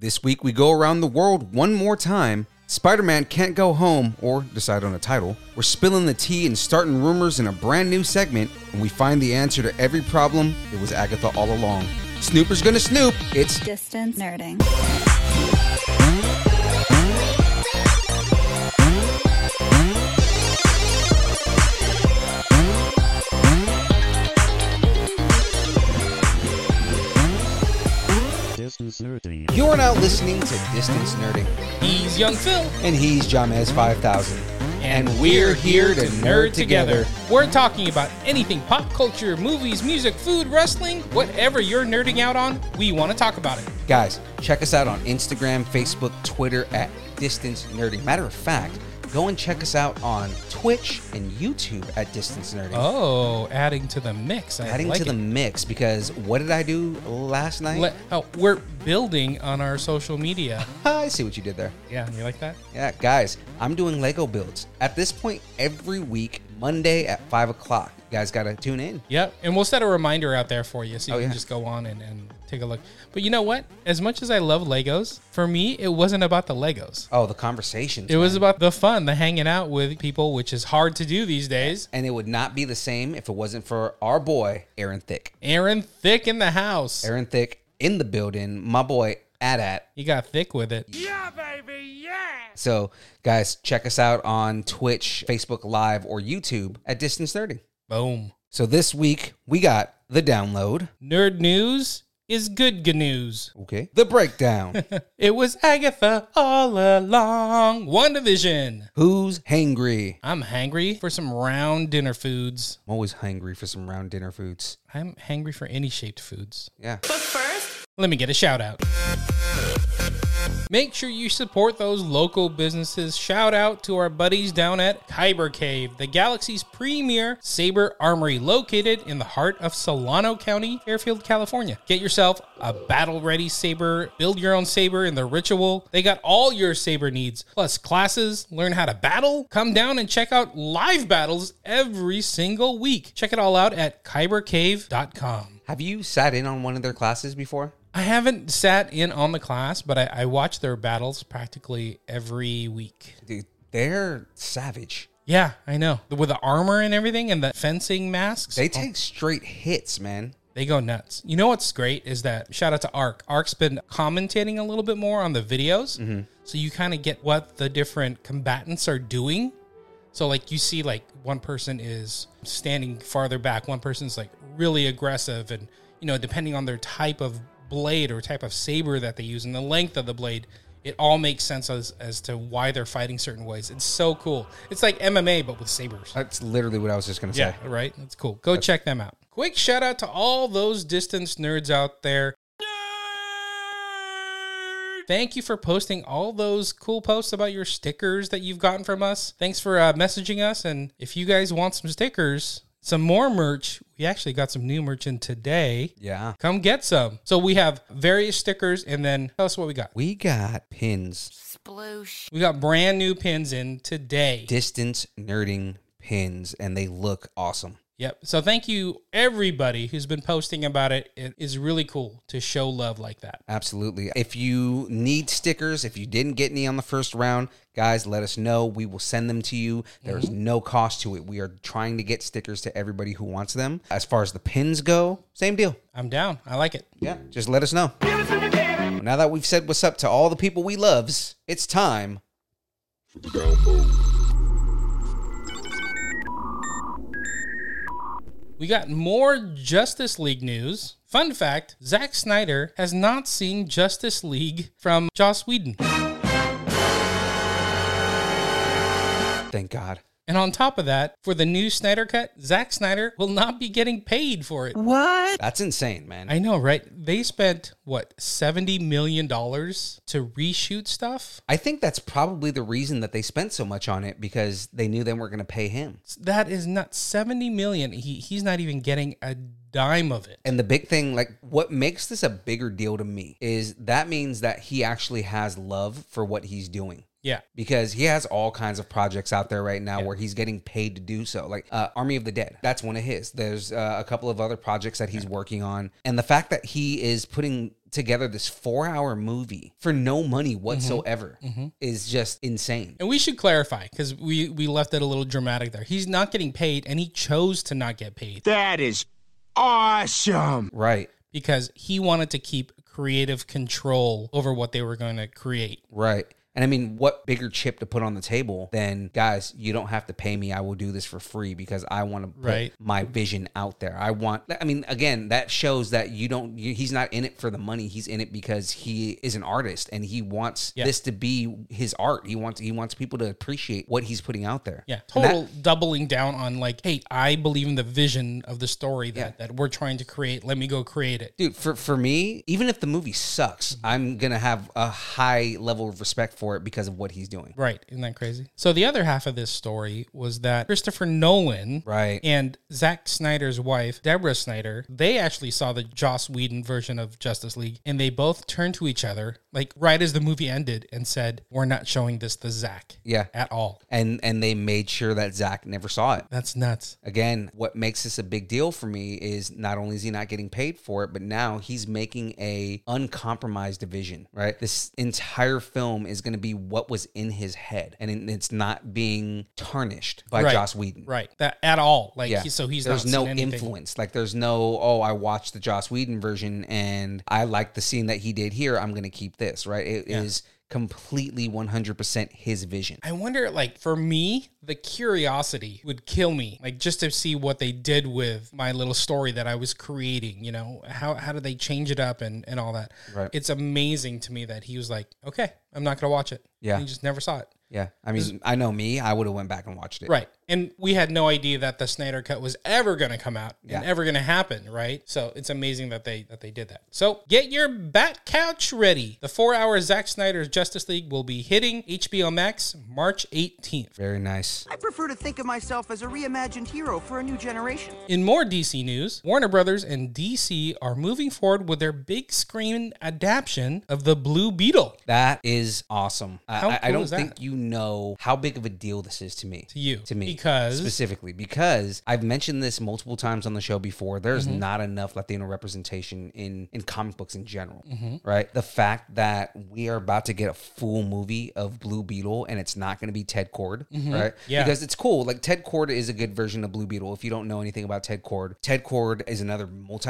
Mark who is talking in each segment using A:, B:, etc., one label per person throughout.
A: This week we go around the world one more time. Spider Man can't go home or decide on a title. We're spilling the tea and starting rumors in a brand new segment, and we find the answer to every problem. It was Agatha all along. Snooper's gonna snoop. It's
B: Distance nerding.
C: Distance nerdy.
A: You're now listening to Distance Nerding,
D: He's Young Phil,
A: and he's Jamez 5000.
D: and, we're here to nerd together. We're talking about anything pop culture, movies, music, food, wrestling, whatever you're nerding out on, we want to talk about it.
A: Guys, check us out on Instagram, Facebook, Twitter at Distance Nerding. Matter of fact, go and check us out on Twitch and YouTube at Distance Nerding.
D: Oh, adding to the mix. I
A: Adding
D: like
A: to the
D: it.
A: mix because what did I do last night?
D: Le- oh, we're building on our social media.
A: Ah, I see what you did there.
D: Yeah, you like that?
A: Yeah, guys, I'm doing Lego builds at this point every week, Monday at five o'clock. You guys gotta tune in.
D: Yep. And we'll set a reminder out there for you so you
A: Oh,
D: can
A: yeah.
D: just go on and, and take a look. But you know what? As much as I love Legos, for me, it wasn't about the Legos.
A: Oh, the conversations.
D: It was about the fun, the hanging out with people, which is hard to do these days.
A: and it would not be the same if it wasn't for our boy Aaron Thick.
D: Aaron Thick in the house.
A: Aaron Thick in the building. My boy Adat.
D: He got thick with it.
A: So, guys, check us out on Twitch, Facebook Live, or YouTube at Distance Nerding.
D: Boom.
A: So this week we got the download.
D: Nerd news is good good news.
A: Okay. The breakdown.
D: It was Agatha all along. WandaVision.
A: Who's hangry?
D: I'm hangry for some round dinner foods.
A: I'm always hungry for some round dinner foods.
D: I'm hangry for any shaped foods.
A: Yeah.
D: Let me get a shout out. Make sure you support those local businesses. Shout out to our buddies down at Kyber Cave, the galaxy's premier saber armory located in the heart of Solano County, Fairfield, California. Get yourself a battle ready saber, build your own saber in the ritual. They got all your saber needs, plus classes, learn how to battle. Come down and check out live battles every single week. Check it all out at kybercave.com.
A: Have you sat in on one of their classes before?
D: I haven't sat in on the class, but I, I watch their battles practically every week.
A: Dude, they're savage.
D: Yeah, I know. With the armor and everything and the fencing masks,
A: They take straight hits, man.
D: they go nuts. You know what's great is that shout out to Ark. Ark's been commentating a little bit more on the videos. So you kind of get what the different combatants are doing. So like you see like one person is standing farther back, one person's like really aggressive and you know depending on their type of blade or type of saber that they use and the length of the blade, it all makes sense as, as to why they're fighting certain ways. It's so cool. It's like MMA but with sabers.
A: That's literally what I was just gonna
D: Yeah,
A: say.
D: right. That's cool. Go check them out. Quick shout out to all those distance nerds out there. Thank you for posting all those cool posts about your stickers that you've gotten from us. Thanks for uh, messaging us. And if you guys want some stickers, some more merch, we actually got some new merch in today.
A: Yeah.
D: Come get some. So we have various stickers, and then tell us what we got.
A: We got pins,
D: We got brand new pins in today.
A: distance nerding pins, and they look awesome.
D: Yep. So thank you everybody who's been posting about it. It is really cool to show love like that.
A: Absolutely. If you need stickers, if you didn't get any on the first round, guys, let us know. We will send them to you. There is no cost to it. We are trying to get stickers to everybody who wants them. As far as the pins go, same deal.
D: I'm down. I like it.
A: Yeah, just let us know. Now that we've said what's up to all the people we loves, it's time.
D: We got more Justice League news. Fun fact Zack Snyder has not seen Justice League from Joss Whedon.
A: Thank God.
D: And on top of that, for the new Snyder cut, Zack Snyder will not be getting paid for it.
B: What?
A: That's insane, man.
D: I know, right? They spent what seventy million dollars to reshoot stuff.
A: I think that's probably the reason that they spent so much on it because they knew they weren't going to pay him.
D: That is not seventy million. He he's not even getting a dime of it.
A: And the big thing, like what makes this a bigger deal to me is that means that he actually has love for what he's doing.
D: Yeah,
A: Because he has all kinds of projects out there right now where he's getting paid to do so, like uh, Army of the Dead. That's one of his. There's uh, a couple of other projects that he's working on, and the fact that he is putting together this four-hour movie for no money whatsoever is just insane.
D: and we should clarify because we we left it a little dramatic there. He's not getting paid, and he chose to not get paid
B: That is awesome.
A: Right.
D: because he wanted to keep creative control over what they were going to create.
A: Right. And I mean, what bigger chip to put on the table than guys, you don't have to pay me. I will do this for free because I want to put
D: Right.
A: my vision out there. I want, I mean, again, that shows that you don't, you, he's not in it for the money. He's in it because he is an artist and he wants
D: Yeah.
A: this to be his art. He wants, he wants people to appreciate what he's putting out there.
D: Yeah,
A: And that-
D: total doubling down on like, hey, I believe in the vision of the story that that we're trying to create. Let me go create it.
A: Dude, for, for me, even if the movie sucks,
D: Mm-hmm.
A: I'm going to have a high level of respect for it because of what he's doing.
D: Right. Isn't that crazy? So the other half of this story was that Christopher Nolan
A: Right.
D: and Zack Snyder's wife, Deborah Snyder, they actually saw the Joss Whedon version of Justice League and they both turned to each other, like right as the movie ended, and said, We're not showing this to Zack
A: Yeah.
D: at all.
A: And, and they made sure that Zach never saw it.
D: That's nuts.
A: Again, what makes this a big deal for me is not only is he not getting paid for it, but now he's making a uncompromised division, right? This entire film is going to be what was in his head and it's not being tarnished by
D: Right.
A: Joss Whedon.
D: Right. That at all. Like
A: Yeah.
D: he, so he's
A: there's
D: not
A: no
D: seen anything.
A: influence. Like there's no, oh, I watched the Joss Whedon version and I like the scene that he did here. I'm going to keep this, right? It is completely 100% his vision.
D: I wonder, like, for me, the curiosity would kill me, like, just to see what they did with my little story that I was creating. You know, how how did they change it up and and all that?
A: Right.
D: It's amazing to me that he was like, okay, I'm not gonna watch it.
A: Yeah.
D: And he just never saw it.
A: Yeah. I mean, I know me, I would have went back and watched it.
D: Right. And we had no idea that the Snyder cut was ever going to come out and
A: Yeah.
D: ever going to happen, right? So it's amazing that they that they did that. So get your bat couch ready. The 4-hour Zack Snyder's Justice League will be hitting HBO Max March 18th.
A: Very nice.
C: I prefer to think of myself as a reimagined hero for a new generation.
D: In more DC news, Warner Brothers and DC are moving forward with their big screen adaptation of The Blue Beetle
A: That is awesome. I,
D: How
A: I- I
D: cool
A: don't
D: is that?
A: think you know how big of a deal this is to me. To
D: you,
A: To me.
D: because-
A: specifically because I've mentioned this multiple times on the show before. There's
D: Mm-hmm.
A: not enough Latino representation in in comic books in general.
D: Mm-hmm.
A: Right? The fact that we are about to get a full movie of Blue Beetle and it's not going to be Ted Cord, right?
D: Mm-hmm. Yeah.
A: Because it's cool. Like Ted Cord is a good version of Blue Beetle. If you don't know anything about Ted Cord, Ted Cord is another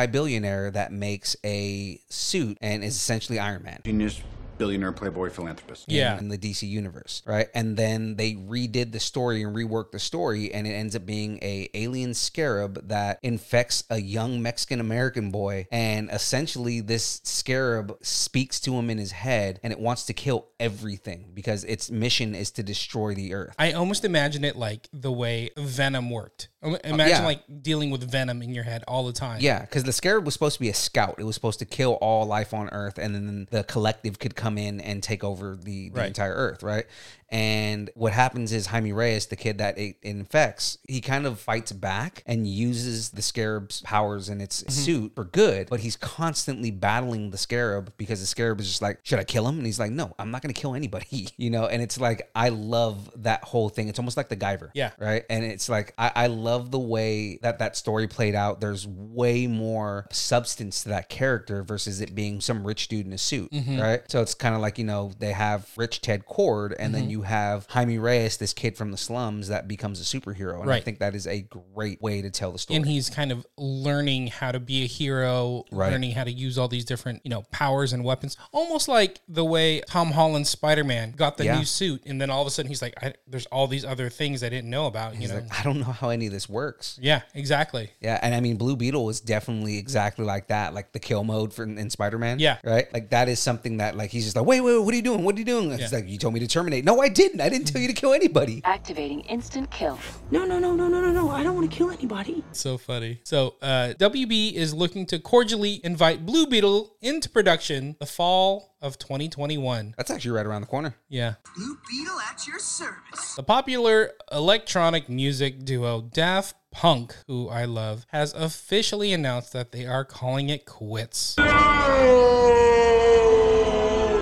A: multi-billionaire that makes a suit and is essentially Iron Man.
E: genius, billionaire, playboy, philanthropist.
D: Yeah.
A: in the DC universe, right? And then they redid the story and reworked the story, and it ends up being a alien scarab that infects a young Mexican American boy, and essentially this scarab speaks to him in his head, and it wants to kill everything because its mission is to destroy the Earth.
D: I almost imagine it like the way Venom worked. Im- Imagine
A: Oh, yeah.
D: like dealing with Venom in your head all the time.
A: Yeah, because the scarab was supposed to be a scout. It was supposed to kill all life on Earth, and then the collective could come in and take over the, the
D: Right.
A: entire Earth, right? And what happens is Jaime Reyes, the kid that it infects, he kind of fights back and uses the scarab's powers in its
D: Mm-hmm.
A: suit for good, but he's constantly battling the scarab because the scarab is just like, should I kill him? And he's like, no, I'm not going to kill anybody, you know? And it's like, I love that whole thing. It's almost like the Guyver.
D: Yeah.
A: Right. And it's like, I, I love the way that that story played out. There's way more substance to that character versus it being some rich dude in a suit.
D: Mm-hmm.
A: Right. So it's kind of like, you know, they have rich Ted Cord and
D: Mm-hmm.
A: then you have Jaime Reyes, this kid from the slums that becomes a superhero. And I
D: Right.
A: think that is a great way to tell the story.
D: And he's kind of learning how to be a hero,
A: Right.
D: learning how to use all these different, you know, powers and weapons. Almost like the way Tom Holland's Spider Man got the
A: Yeah.
D: new suit, and then all of a sudden he's like, I, "There's all these other things I didn't know about." You know,
A: Like, "Ah." I don't know how any of this this works.
D: Yeah, exactly.
A: Yeah, and I mean, Blue Beetle is definitely exactly like that, like the kill mode for in Spider Man.
D: Yeah.
A: right. Like that is something that, like, he's just like, wait, wait, wait, what are you doing? What are you doing? He's like, you told me to terminate. No, I didn't. I didn't tell you to kill anybody.
F: Activating instant kill.
G: No, no, no, no, no, no, no. I don't want to kill anybody.
D: So funny. So, uh, WB is looking to cordially invite Blue Beetle into production the fall of 2021.
A: That's actually right around the corner.
D: Yeah.
C: Blue Beetle at your service.
D: The popular electronic music duo Daft Punk, who I love, has officially announced that they are calling it quits.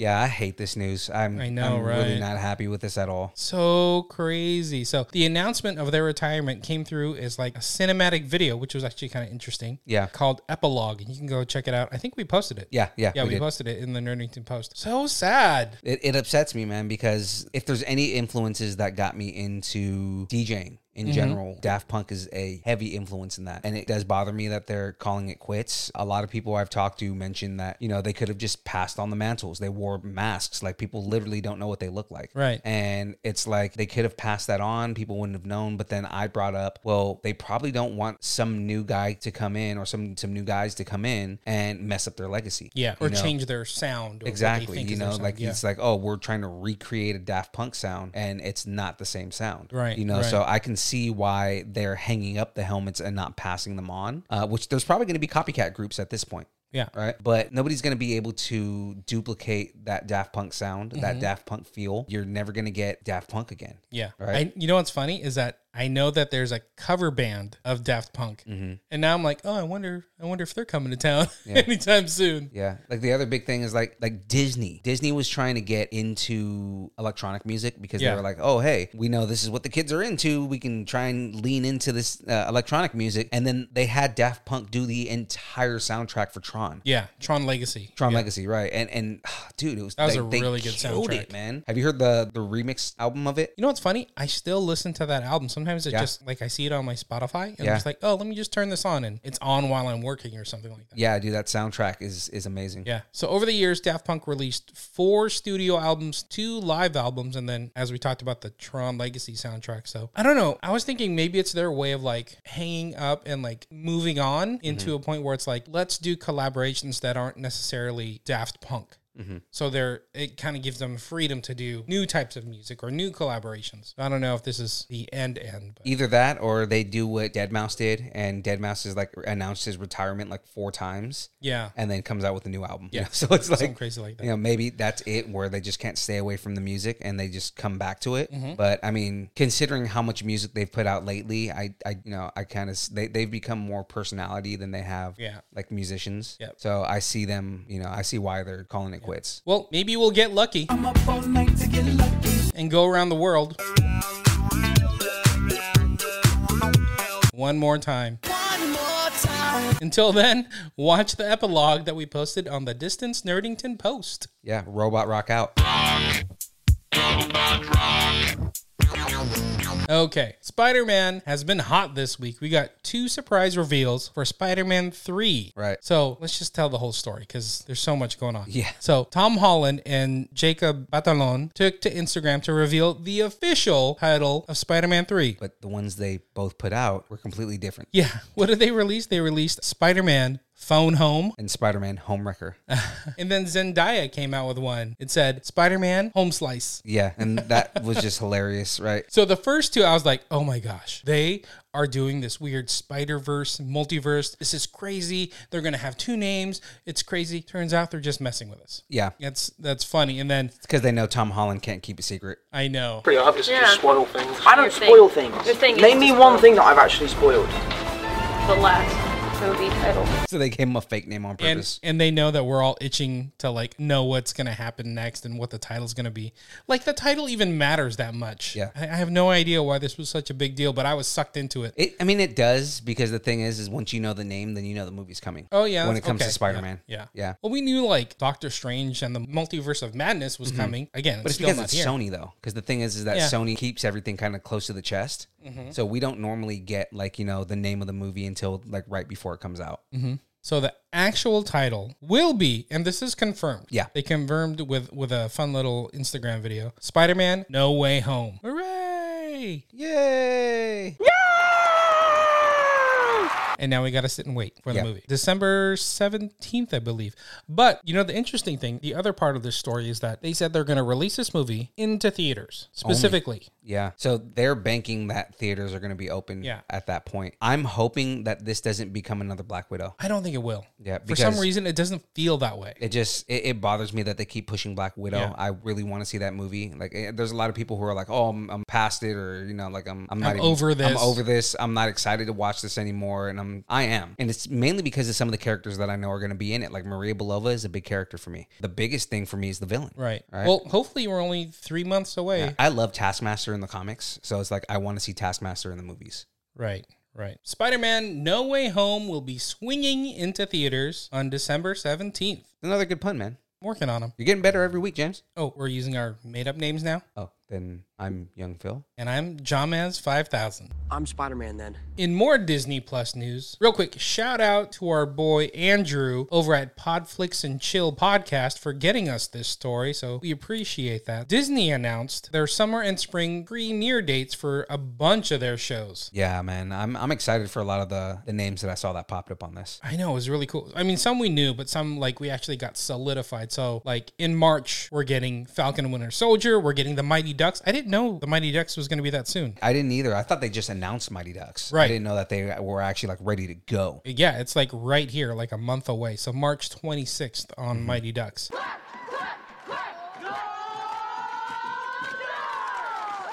A: Yeah, I hate this news. I'm,
D: I know,
A: I'm really
D: right?
A: not happy with this at all.
D: So crazy. So, the announcement of their retirement came through as like a cinematic video, which was actually kind of interesting.
A: Yeah.
D: Called Epilogue. And you can go check it out. I think we posted it.
A: Yeah, yeah,
D: Yeah,
A: we
D: we,
A: did.
D: posted it in the Nerdington Post. So sad.
A: It, it upsets me, man, because if there's any influences that got me into DJing in
D: Mm-hmm.
A: general, Daft Punk is a heavy influence in that. And it does bother me that they're calling it quits. A lot of people I've talked to mentioned that, you know, they could have just passed on the mantles. They wore masks. Like people literally don't know what they look like.
D: Right.
A: And it's like they could have passed that on. People wouldn't have known. But then I brought up, well, they probably don't want some new guy to come in or some some new guys to come in and mess up their legacy.
D: Yeah.
A: you
D: Or
A: know?
D: change their sound. Or what they
A: Exactly.
D: think
A: You
D: is their
A: know,
D: sound.
A: like
D: Yeah.
A: it's like, oh, we're trying to recreate a Daft Punk sound and it's not the same sound.
D: Right,
A: You know,
D: right.
A: so I can see why they're hanging up the helmets and not passing them on, uh, which there's probably going to be copycat groups at this point.
D: Yeah.
A: Right. But nobody's going to be able to duplicate that Daft Punk sound, that Daft Punk feel. You're never going to get Daft Punk again.
D: Mm-hmm. Yeah.
A: Right?
D: I, you know what's funny is that I know that there's a cover band of Daft Punk,
A: Mm-hmm.
D: and now I'm like, oh, I wonder, I wonder if they're coming to town anytime soon.
A: Yeah. Like the other big thing is like like Disney. Disney was trying to get into electronic music because they
D: Yeah.
A: were like, "Oh, hey, we know this is what the kids are into. We can try and lean into this uh, electronic music." And then they had Daft Punk do the entire soundtrack for Tron.
D: Yeah, Tron Legacy.
A: Tron Legacy, right? And and ah, dude, it was
D: That was
A: they-
D: a
A: they
D: really good
A: killed it,
D: soundtrack.
A: man. Have you heard the the remix album of it?
D: You know what's funny? I still listen to that album. Sometimes it
A: Yeah.
D: just like I see it on my Spotify, and
A: Yeah.
D: I'm just like, oh, let me just turn this on, and it's on while I'm working or something like that.
A: Yeah, dude, that soundtrack is is amazing.
D: Yeah. So over the years, Daft Punk released four studio albums, two live albums, and then as we talked about the Tron Legacy soundtrack. So I don't know. I was thinking maybe it's their way of like hanging up and like moving on into a point where it's like, let's do collaborations that aren't necessarily Daft Punk. So they're it kind of gives them freedom to do new types of music or new collaborations. I don't know if this is the end end, but
A: Either that or they do what Dead Mouse did and Dead Mouse is like announced his retirement like four times.
D: yeah,
A: and then comes out with a new album. you
D: Yeah.
A: know? So it's like
D: Something crazy like that.
A: You know, maybe that's it where they just can't stay away from the music and they just come back to it.
D: Mm-hmm.
A: But I mean, considering how much music they've put out lately, I, I you know, I kind of they they've become more personality than they have
D: Yeah.
A: like musicians.
D: Yep.
A: So I see them, you know, I see why they're calling it quits.
D: Well, maybe we'll get lucky. And go around the world. One more time. Until then, watch the epilogue that we posted on the Distance Nerdington Post.
A: Yeah, robot rock out.
D: Okay, Spider Man has been hot this week. We got two surprise reveals for Spider Man 3.
A: Right.
D: So let's just tell the whole story because there's so much going on.
A: Yeah.
D: So Tom Holland and Jacob Batalon took to Instagram to reveal the official title of Spider Man 3.
A: But the ones they both put out were completely different.
D: yeah. What did they release? They released Spider Man Phone Home.
A: And Spider-Man Homewrecker.
D: And then Zendaya came out with one. It said Spider Man Home Slice.
A: yeah, and that was just hilarious, right?
D: So the first two, I was like, oh my gosh, they are doing this weird Spider Verse, multiverse. This is crazy. They're going to have two names. It's crazy. Turns out they're just messing with us.
A: Yeah.
D: That's that's funny. And then
A: Because they know Tom Holland can't keep a secret.
D: I know.
G: I don't spoil things. Name me one thing that I've actually spoiled.
F: The last movie title.
A: So they gave him a fake name on purpose.
D: And, and they know that we're all itching to like know what's going to happen next and what the title's going to be. Like the title even matters that much.
A: Yeah.
D: I, I have no idea why this was such a big deal, but I was sucked into it.
A: It, I mean, it does because the thing is, is once you know the name, then you know the movie's coming.
D: Oh yeah,
A: when it
D: that's-
A: comes
D: okay,
A: to Spider Man,
D: Yeah,
A: yeah.
D: Well, we knew like Doctor Strange and the Multiverse of Madness was coming again.
A: Mm-hmm. But it's
D: still
A: because
D: not
A: it's
D: here.
A: Sony though, because the thing is, is that
D: Yeah. Mm-hmm.
A: Sony keeps everything kind of close to the chest, so we don't normally get like you know the name of the movie until like right before it comes out.
D: Mm-hmm. So the actual title will be, and this is confirmed.
A: Yeah.
D: they confirmed with with a fun little Instagram video. Spider Man No Way Home. Hooray!
A: Yay!
D: and now we got to sit and wait for
A: Yeah.
D: the movie. December 17th, I believe. But, you know, the interesting thing, the other part of this story is that they said they're going to release this movie into theaters specifically.
A: Yeah. So they're banking that theaters are going to be open
D: Yeah.
A: at that point. I'm hoping that this doesn't become another Black Widow.
D: I don't think it will.
A: Yeah,
D: For some
A: because-
D: reason, it doesn't feel that way.
A: It just it, it bothers me that they keep pushing Black Widow.
D: Yeah.
A: I really want to see that movie. Like, eh, there's a lot of people who are like, "Oh, I'm, I'm past it," or you know, like I'm I'm not
D: I'm
A: even-
D: over
A: I'm
D: this.
A: over this. I'm not excited to watch this anymore, and I'm I am, and it's mainly because of some of the characters that I know are going to be in it. Like Maria Belova is a big character for me. The biggest thing for me is the villain.
D: Right.
A: Right.
D: Well, hopefully we're only three months away.
A: I love Taskmaster in the comics, so it's like I want to see Taskmaster in the movies.
D: Right. Right. Spider Man No Way Home will be swinging into theaters on December 17th.
A: Another good pun, man.
D: Working on them.
A: You're getting better every week, James.
D: Oh, we're using our made up names now.
A: Oh, then I'm young Phil.
D: And I'm Jamaz 5000.
G: I'm Spider Man then.
D: In more Disney Plus news, real quick, shout out to our boy Andrew over at Podflix and Chill podcast for getting us this story. So we appreciate that. Disney announced their summer and spring premiere dates for a bunch of their shows.
A: Yeah, man. I'm I'm excited for a lot of the the names that I saw that popped up on this.
D: I know it was really cool. I mean, some we knew, but some like we actually got solidified. So like in March, we're getting Falcon and Winter Soldier. We're getting the Mighty Ducks. I didn't know the Mighty Ducks was going to be that soon.
A: I didn't either. I thought they just announced Mighty Ducks. I
D: Right.
A: didn't know that they were actually like ready to go.
D: Yeah, it's like right here, like a month away. So March 26th on Mighty Ducks.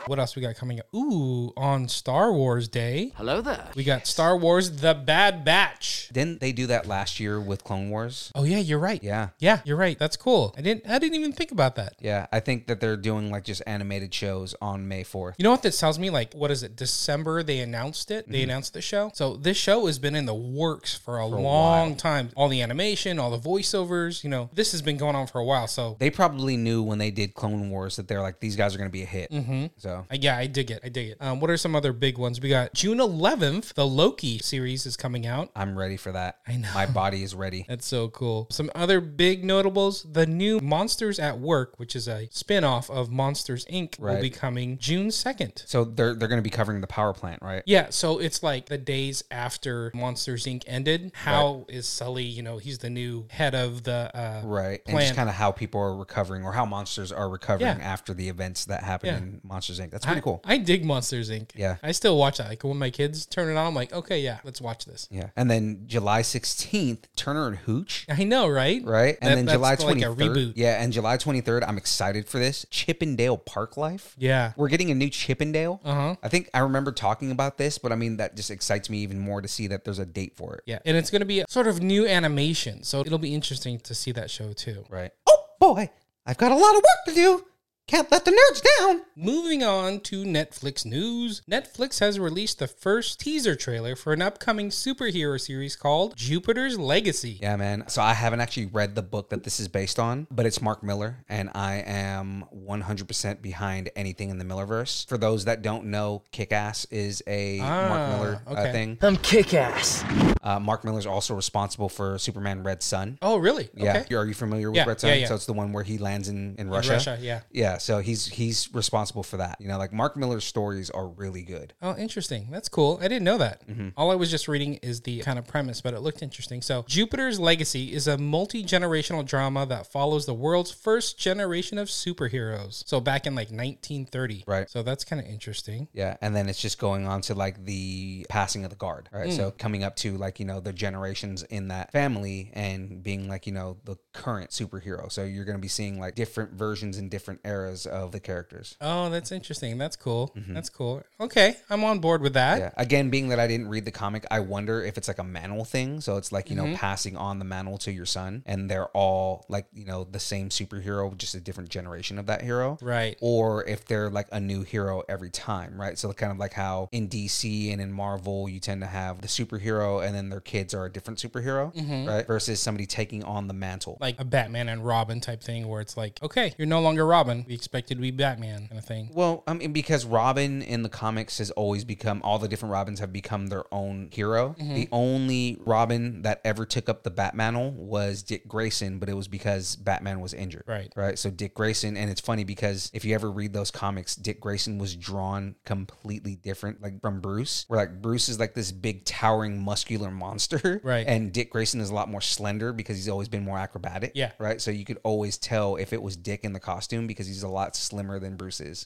D: What else we got coming up? Ooh, on Star Wars Day,
G: Hello there.
D: we got Star Wars The Bad Batch.
A: Didn't they do that last year with Clone Wars?
D: Oh yeah, you're right.
A: Yeah.
D: Yeah, you're right. That's cool. I didn't I didn't even think about that.
A: Yeah, I think that they're doing like just animated shows on May 4th.
D: You know what this tells me? Like, what is it? December they announced it. They announced the show. So this show has been in the works for a long time. All the animation, all the voiceovers, you know, this has been going on for a while. So
A: They probably knew when they did Clone Wars that they're like these guys are going to be a hit. Mm-hmm. So
D: I- yeah, I dig it. I dig it. Um, what are some other big ones? We got June 11th, the Loki series is coming out.
A: I'm ready for that.
D: I know.
A: My body is ready.
D: That's so cool. Some other big notables, the new Monsters at Work, which is a spin-off of Monsters Inc.,
A: Right.
D: will be coming June 2nd.
A: So they're they're going to be covering the power plant, right?
D: Yeah, so it's like the days after Monsters Inc. ended. How is Sully? You know, he's the new head of the uh,
A: Right. And
D: Plan.
A: just kind of how people are recovering or how monsters are recovering
D: Yeah.
A: after the events that happened
D: Yeah.
A: in Monsters Inc. That's pretty
D: I-
A: cool.
D: I, dig Monsters Inc.
A: Yeah.
D: I still watch that. Like when my kids turn it on, I'm like, okay, yeah, let's watch this.
A: yeah. And then July 16th, Turner and Hooch.
D: I know, right?
A: Right. And
D: That-
A: then
D: that's
A: July
D: like
A: 23rd.
D: a reboot.
A: Yeah. And July 23rd, I'm excited for this. Chippendale Park Life.
D: Yeah. Uh-huh.
A: We're getting a new Chippendale. Uh huh. I think I remember talking about this, but I mean, that just excites me even more to see that there's a date for it.
D: Yeah, and it's going to be a sort of new animation, so it'll be interesting to see that show too.
A: Right. Oh, boy. I've got a lot of work to do. Can't let the nerds down.
D: Moving on to Netflix news. Netflix has released the first teaser trailer for an upcoming superhero series called Jupiter's Legacy.
A: Yeah, man. So I haven't actually read the book that this is based on, but it's Mark Miller, and I am 100% behind anything in the Millerverse. For those that don't know, Kick Ass is a Mark
D: Ah,
A: Miller uh,
D: okay.
A: thing.
G: I'm kick ass.
A: Uh, Mark Miller's also responsible for Superman Red Sun.
D: Oh, really?
A: Yeah, are you familiar with
D: Yeah,
A: Red Sun?
D: yeah, yeah.
A: So it's the one where he lands in, in Russia.
D: Russia, yeah.
A: yeah. So he's he's responsible for that. You know, like Mark Miller's stories are really good.
D: Oh, interesting. That's cool. I didn't know that.
A: Mm-hmm.
D: All I was just reading is the kind of premise, but it looked interesting. So, Jupiter's Legacy is a multi generational drama that follows the world's first generation of superheroes. So, back in like 1930.
A: Right.
D: So, that's kind of interesting.
A: Yeah, and then it's just going on to like the passing of the guard, right? So coming up to like you know the generations in that family and being like you know the current superhero. So you're going to be seeing like different versions and different eras of the characters.
D: Oh, that's interesting. That's cool. That's cool. Okay. I'm on board with that.
A: Mm-hmm. Yeah. Again, being that I didn't read the comic, I wonder if it's like a manual thing. So it's like you
D: Mm-hmm.
A: know passing on the manual to your son, and they're all like you know the same superhero, just a different generation of that hero,
D: Right.
A: or if they're like a new hero every time, right? So kind of like how in DC and in Marvel, you tend to have the superhero and then their kids are a different superhero,
D: Mm-hmm.
A: right? Versus somebody taking on the mantle.
D: Like a Batman and Robin type thing where it's like, okay, you're no longer Robin. We be expected to be Batman kind of thing.
A: Well, I mean, because Robin in the comics has always become all the different Robins have become their own hero.
D: Mm-hmm.
A: The only Robin that ever took up the Batmantle was Dick Grayson, but it was because Batman was injured.
D: Right.
A: Right. So Dick Grayson, and it's funny because if you ever read those comics, Dick Grayson was drawn completely different, like from Bruce, where like Bruce is like this big towering muscular monster.
D: Right.
A: And Dick Grayson is a lot more slender because he's always been more acrobatic.
D: Yeah.
A: Right. So you could always tell if it was Dick in the costume because he's a lot slimmer than Bruce is.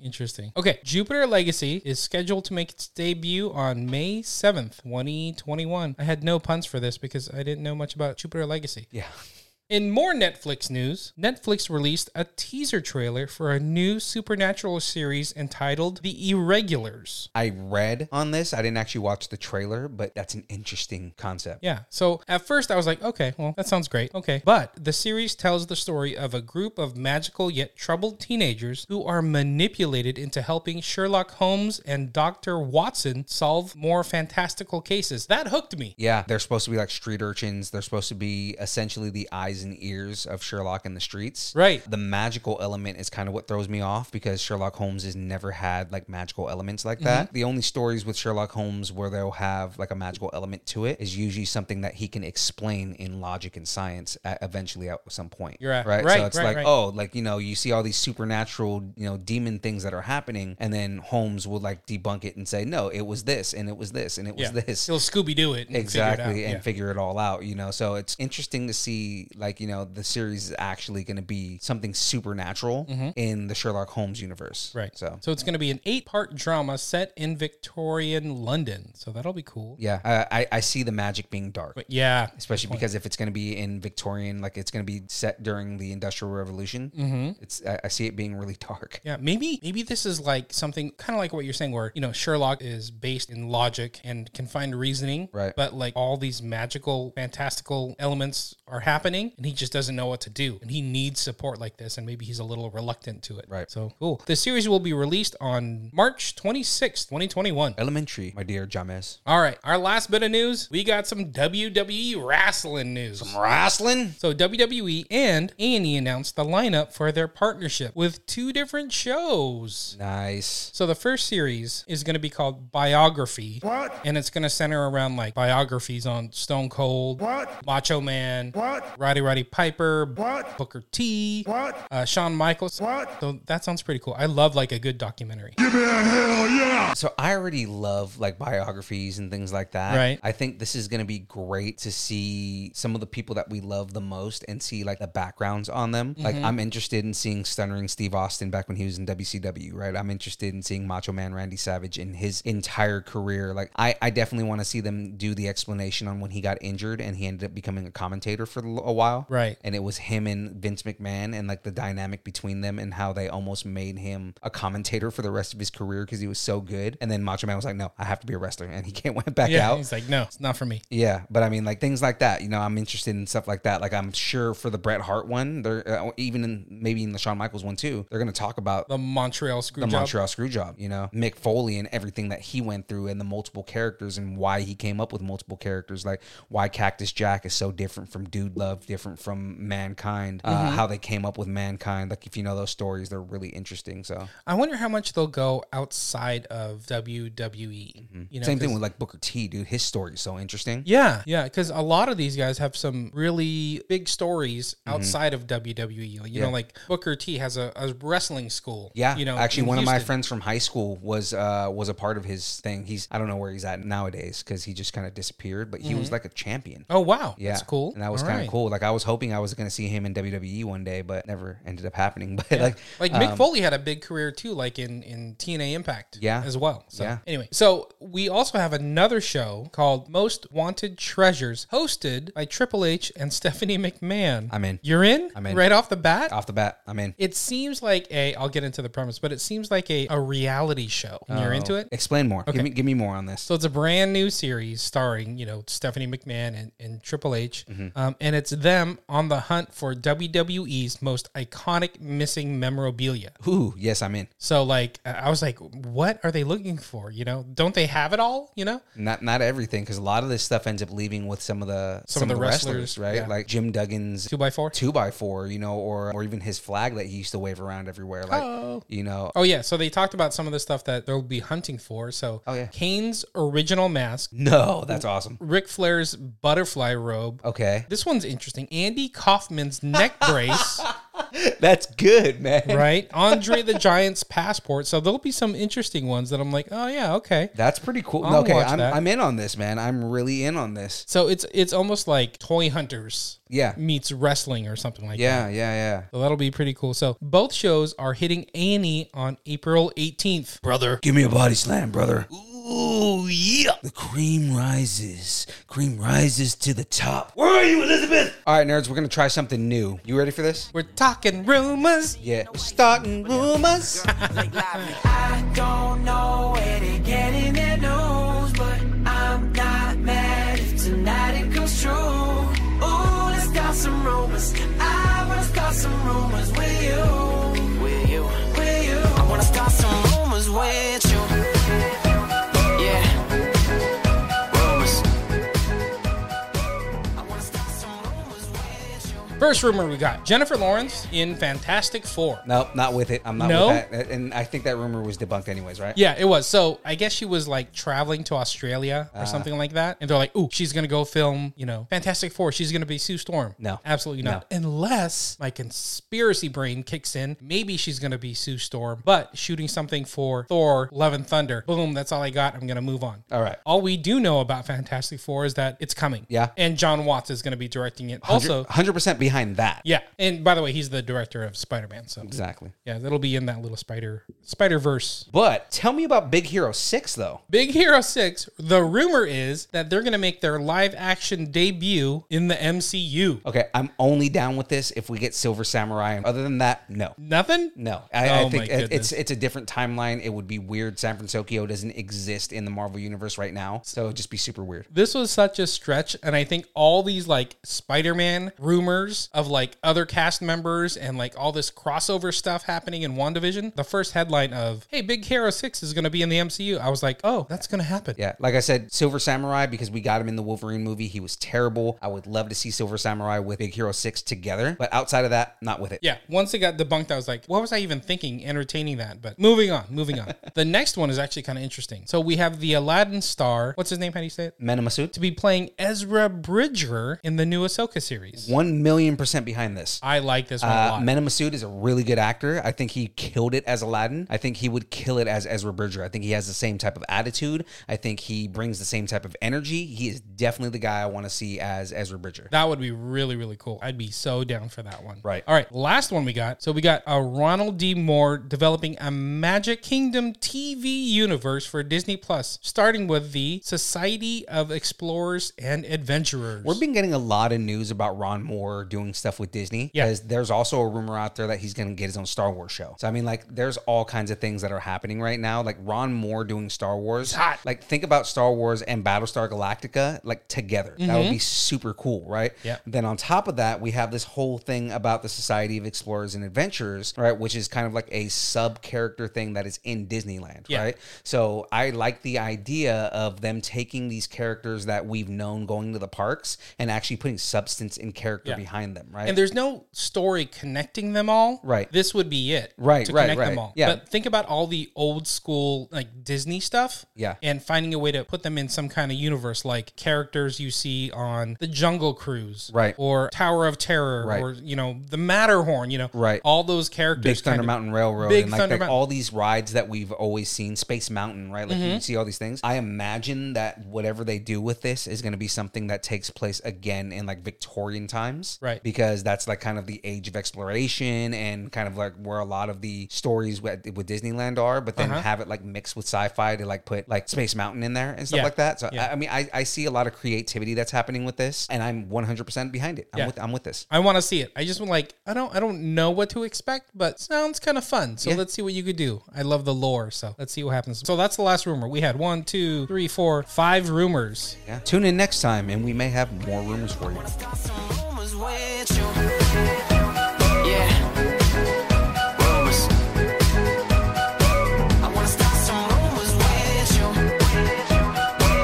D: Interesting. Okay, Jupiter Legacy is scheduled to make its debut on May 7th, 2021. I had no puns for this because I didn't know much about Jupiter Legacy.
A: Yeah.
D: In more Netflix news, Netflix released a teaser trailer for a new supernatural series entitled The Irregulars.
A: I read on this. I didn't actually watch the trailer, but that's an interesting concept.
D: Yeah. So at first I was like, okay, well, that sounds great. Okay. But the series tells the story of a group of magical yet troubled teenagers who are manipulated into helping Sherlock Holmes and Dr. Watson solve more fantastical cases. That hooked me.
A: Yeah, they're supposed to be like street urchins. They're supposed to be essentially the eyes and ears of Sherlock in the streets.
D: Right.
A: The magical element is kind of what throws me off because Sherlock Holmes has never had like magical elements like
D: Mm-hmm.
A: that. The only stories with Sherlock Holmes where they'll have like a magical element to it is usually something that he can explain in logic and science at, eventually at some point.
D: You're right.
A: Right.
D: Right,
A: so it's
D: right,
A: like,
D: right.
A: oh, oh, like you know, you see all these supernatural, you know, demon things that are happening, and then Holmes will like debunk it and say, no, it was this, and it was this, and it was
D: yeah.
A: this
D: He'll Scooby Doo it. and figure it out.
A: exactly and
D: Yeah.
A: figure it all out you know so it's interesting to see like you know the series is actually going to be something supernatural in the sherlock holmes universe
D: Mm-hmm. Right.
A: so,
D: so it's going to be an eight part drama set in Victorian London. So that'll be cool.
A: yeah I, I i see the magic being dark
D: But yeah.
A: especially because if it's going to be in victorian like it's going to be set during the industrial revolution it's I, I see it being really dark
D: Mm-hmm. Yeah, maybe maybe this is like something kind of like what you're saying, where you know Sherlock is based in logic and can find reasoning,
A: Right.
D: But like all these magical, fantastical elements are happening, and he just doesn't know what to do, and he needs support like this, and maybe he's a little reluctant to it,
A: Right.
D: So cool. The series will be released on March 26, 2021.
A: elementary my dear james
D: All right, our last bit of news, we got some WWE wrestling news.
A: wrestling
D: So WWE and A&E announced the lineup for their partnership with two different shows.
A: nice
D: So the first series is going to be called Biography. What? And it's going to center around like biographies on Stone Cold, what? Macho Man, what? Roddy Roddy Piper, what? Booker T, what? Uh, Shawn Michaels, what? So that sounds pretty cool. I love like a good documentary.
A: So I already love like biographies and things like that.
D: Right.
A: I think this is going to be great to see some of the people that we love the most and see like the backgrounds on them. Like I'm interested in seeing stuttering Steve Austin back when he was in WCW, right? I'm interested in seeing Macho Man Randy Savage in his entire career. Like I, I definitely want to see them do the explanation on when he got injured and he ended up becoming a commentator for a while.
D: Right.
A: And it was him and Vince McMahon and like the dynamic between them and how they almost made him a commentator for the rest of his career because he was so good. And then Macho Man was like, no, I have to be a wrestler. And he came went back
D: Yeah,
A: out.
D: he's like, no, it's not for me.
A: yeah. But I mean, like things like that, you know, I'm interested in stuff like that. Like I'm sure for the Bret Hart one, they're uh, even in maybe in the Shawn Michaels one too, they're going to talk about
D: The Montreal Screwjob.
A: the Montreal screw job, you know, Mick Foley and everything that he went through and the multiple characters and why he came up with multiple characters, like why Cactus Jack is so different from Dude Love, different from Mankind,
D: Mm-hmm.
A: uh, how they came up with Mankind. Like, if you know those stories, they're really interesting. So,
D: I wonder how much they'll go outside of WWE. You know,
A: same
D: 'cause-
A: thing with like Booker T, dude. His story is so interesting.
D: Yeah, yeah, because a lot of these guys have some really big stories
A: Mm-hmm.
D: outside of WWE. Like, You know, like Booker T has a, a wrestling school.
A: Yeah,
D: you know,
A: actually,
D: in
A: one of my
D: Houston.
A: friends from high school was uh, was a part of his thing. He's I don't know where he's at nowadays because he just kind of disappeared, but he was like a champion.
D: Oh wow,
A: Yeah,
D: that's cool.
A: And that was
D: All
A: kind of
D: right.
A: cool. Like I was hoping I was going to see him in WWE one day, but never ended up happening. But like, uh,
D: Like Mick
A: Um,
D: Foley had a big career too, like in in TNA Impact.
A: Yeah.
D: as well. So
A: Yeah.
D: anyway, so we also have another show called Most Wanted Treasures, hosted by Triple H and Stephanie McMahon.
A: I'm in.
D: You're in.
A: I'm in.
D: Right off the bat.
A: off the bat, I mean,
D: it seems like a. I'll get into the premise, but it seems like a, a reality show.
A: Oh.
D: You're into it.
A: explain more. Give me give me more on this.
D: So
A: Mm-hmm.
D: it's a brand new series starring, you know, Stephanie McMahon and, and Triple H. Um, and it's them them on the hunt for WWE's most iconic missing memorabilia.
A: Ooh, yes, I'm in.
D: So like I I was like, what are they looking for? You know, don't they have it all? You know,
A: Not not everything, because a lot of this stuff ends up leaving with some of the some, of the wrestlers,
D: wrestlers,
A: right?
D: yeah.
A: Like Jim Duggan's
D: two by four.
A: two by four, you know, or or even his flag that he used to wave around everywhere, like
D: Oh.
A: you know.
D: Oh yeah, so they talked about some of the stuff that they'll be hunting for. So
A: Oh, yeah.
D: Kane's original mask,
A: No, that's awesome.
D: Ric Flair's butterfly robe.
A: Okay,
D: This one's interesting. Andy Kaufman's neck brace,
A: that's good, man.
D: right? Andre the Giant's passport. So there'll be some interesting ones that I'm like, oh yeah, okay.
A: That's pretty cool.
D: I'll
A: okay,
D: watch
A: I'm,
D: that.
A: I'm in on this, man. I'm really in on this.
D: So it's it's almost like toy hunters
A: Yeah,
D: meets wrestling or something like that.
A: yeah, yeah, yeah.
D: So that'll be pretty cool. So both shows are hitting Annie on April 18th. Brother.
A: Give me a body slam, brother. Ooh, yeah. The cream rises. Cream rises to the top. Where are you, Elizabeth? All right, nerds, we're going to try something new. You ready for this?
D: We're talking rumors.
A: Yeah. Starting rumors.
C: I don't know where to get in their news, but I'm not mad if tonight it comes true. Ooh, let's got some rumors. I wanna start some rumors with you. With you. With you. I wanna start some rumors with you. Yeah. Rumors. I wanna start some rumors with you.
D: First rumor we got Jennifer Lawrence in Fantastic Four.
A: nope, not with it. I'm not
D: No?
A: with that. And I think that rumor was debunked, anyways, right?
D: Yeah, it was. So I guess she was like traveling to Australia
A: Uh-huh.
D: or something like that. And they're like, ooh, she's going to go film, you know, Fantastic Four. She's going to be Sue Storm.
A: No.
D: Absolutely not. Unless my conspiracy brain kicks in. Maybe she's going to be Sue Storm, but shooting something for Thor, Love and Thunder. Boom, that's all I got. I'm going to move on.
A: All right.
D: All we do know about Fantastic Four is that it's coming.
A: Yeah.
D: And John Watts is going to be directing it. Also,
A: 100% behind that.
D: yeah. And by the way, he's the director of Spider Man. So.
A: Exactly.
D: Yeah, that'll be in that little spider Spider Verse
A: But tell me about Big Hero 6, though.
D: Big Hero 6, the rumor is that they're going to make their live action debut in the MCU.
A: Okay, I'm only down with this if we get Silver Samurai. Other than that, no.
D: Nothing?
A: No, I, I
D: Oh, my
A: think it,
D: goodness.
A: it's it's a different timeline. It would be weird. San Francisco doesn't exist in the Marvel universe right now, so it'd just be super weird.
D: This was such a stretch. And I think all these like Spider Man rumors of like other cast members and like all this crossover stuff happening in WandaVision, the first headline of, hey, Big Hero 6 is going to be in the MCU. I was like, oh, that's going to happen.
A: Yeah, like I said, Silver Samurai because we got him in the Wolverine movie. He was terrible. I would love to see Silver Samurai with Big Hero Six together, but outside of that, not with it.
D: Yeah, once it got debunked, I was like, what was I even thinking entertaining that? But moving on, moving on. the next one is actually kind of interesting. So we have the Aladdin star. What's his name? How do you say it?
A: Men in a suit.
D: to be playing Ezra Bridger in the new Ahsoka series.
A: One million percent behind this.
D: I like this one a
A: Uh,
D: lot.
A: Menem Masood is a really good actor. I think he killed it as Aladdin. I think he would kill it as Ezra Bridger. I think he has the same type of attitude. I think he brings the same type of energy. He is definitely the guy I want to see as Ezra Bridger.
D: that would be really, really cool. I'd be so down for that one.
A: Right.
D: All right. Last one we got. So we got a Ronald D. Moore developing a Magic Kingdom TV universe for Disney Plus, starting with the Society of Explorers and Adventurers.
A: We've been getting a lot of news about Ron Moore doing stuff with Disney
D: Yeah.
A: because there's also a rumor out there that he's going to get his own Star Wars show. So I mean, like, there's all kinds of things that are happening right now. Like Ron Moore doing Star Wars.
D: hot.
A: Like, think about Star Wars and Battlestar Galactica like together. That would be super cool, right?
D: Mm-hmm. Yeah.
A: Then on top of that, we have this whole thing about the Society of Explorers and Adventurers, right? Which is kind of like a sub character thing that is in Disneyland,
D: Yeah.
A: right? So I like the idea of them taking these characters that we've known going to the parks and actually putting substance and character
D: Yeah.
A: behind them, right?
D: and there's no story connecting them all.
A: Right.
D: This would be it.
A: Right,
D: To
A: right,
D: connect
A: right.
D: them all.
A: Yeah.
D: But think about all the old school like Disney stuff.
A: Yeah.
D: And finding a way to put them in some kind of universe, like characters you see on the Jungle Cruise.
A: Right.
D: Or Tower of Terror.
A: Right.
D: Or, you know, the Matterhorn, you know.
A: Right.
D: All those characters.
A: Big Thunder
D: kind of-
A: Mountain Railroad
D: Big
A: and like,
D: Thunder
A: like,
D: Mountain.
A: all these rides that we've always seen, Space Mountain, right? Like
D: Mm-hmm.
A: you see all these things. I imagine that whatever they do with this is going to be something that takes place again in like Victorian times,
D: Right.
A: Because that's like kind of the age of exploration and kind of like where a lot of the stories with, with Disneyland are, but
D: Uh-huh.
A: then have it like mixed with sci-fi to like put like Space Mountain in there and stuff
D: Yeah.
A: like that. So
D: Yeah.
A: I, I mean, I, I see a lot of creativity that's happening with this, and I'm 100% behind it. I'm
D: Yeah.
A: with I'm with this.
D: I want to see it. I just want like I don't I don't know what to expect, but sounds kind of fun. So
A: Yeah.
D: let's see what you could do. I love the lore, so let's see what happens. So that's the last rumor we had. One, two, three, four, five rumors.
A: Yeah. Tune in next time, and we may have more rumors for you.
C: Start some rumors was with you. Yeah. Rumors. I wanna start some rumors with you.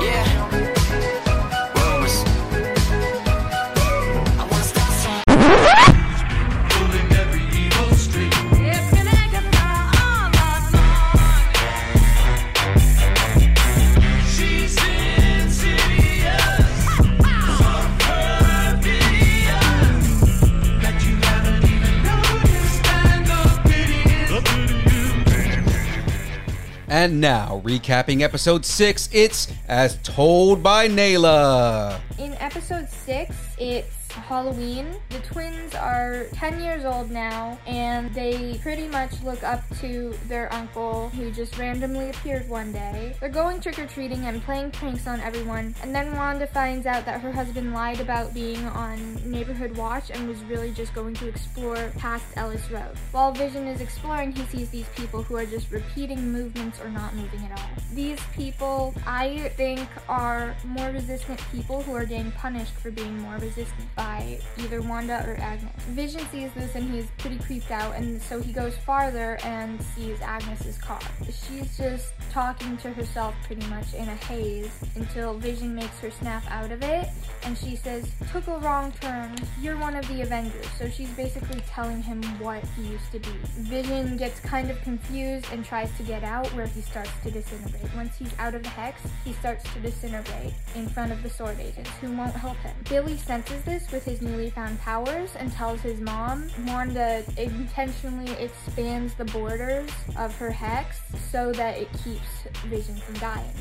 C: Yeah. Rumors. I wanna start some.
A: And now, recapping episode six, it's As Told by Nayla.
H: In episode six, it's Halloween. The twins are 10 years old now, and they pretty much look up to their uncle who just randomly appeared one day. They're going trick or treating and playing pranks on everyone, and then Wanda finds out that her husband lied about being on neighborhood watch and was really just going to explore past Ellis Road. While Vision is exploring, he sees these people who are just repeating movements or not moving at all. These people, I think, are more resistant people who are getting punished for being more resistant by either Wanda or Agnes. Vision sees this and he's pretty creeped out, and so he goes farther and sees Agnes's car. She's just talking to herself pretty much in a haze until Vision makes her snap out of it, and she says, Took a wrong turn, you're one of the Avengers. So she's basically telling him what he used to be. Vision gets kind of confused and tries to get out, where he starts to disintegrate. Once he's out of the hex, he starts to disintegrate in front of the sword agents, who won't help him. Billy senses this with his newly found powers and tells his mom. Wanda intentionally expands the borders of her hex so that it keeps Vision from dying.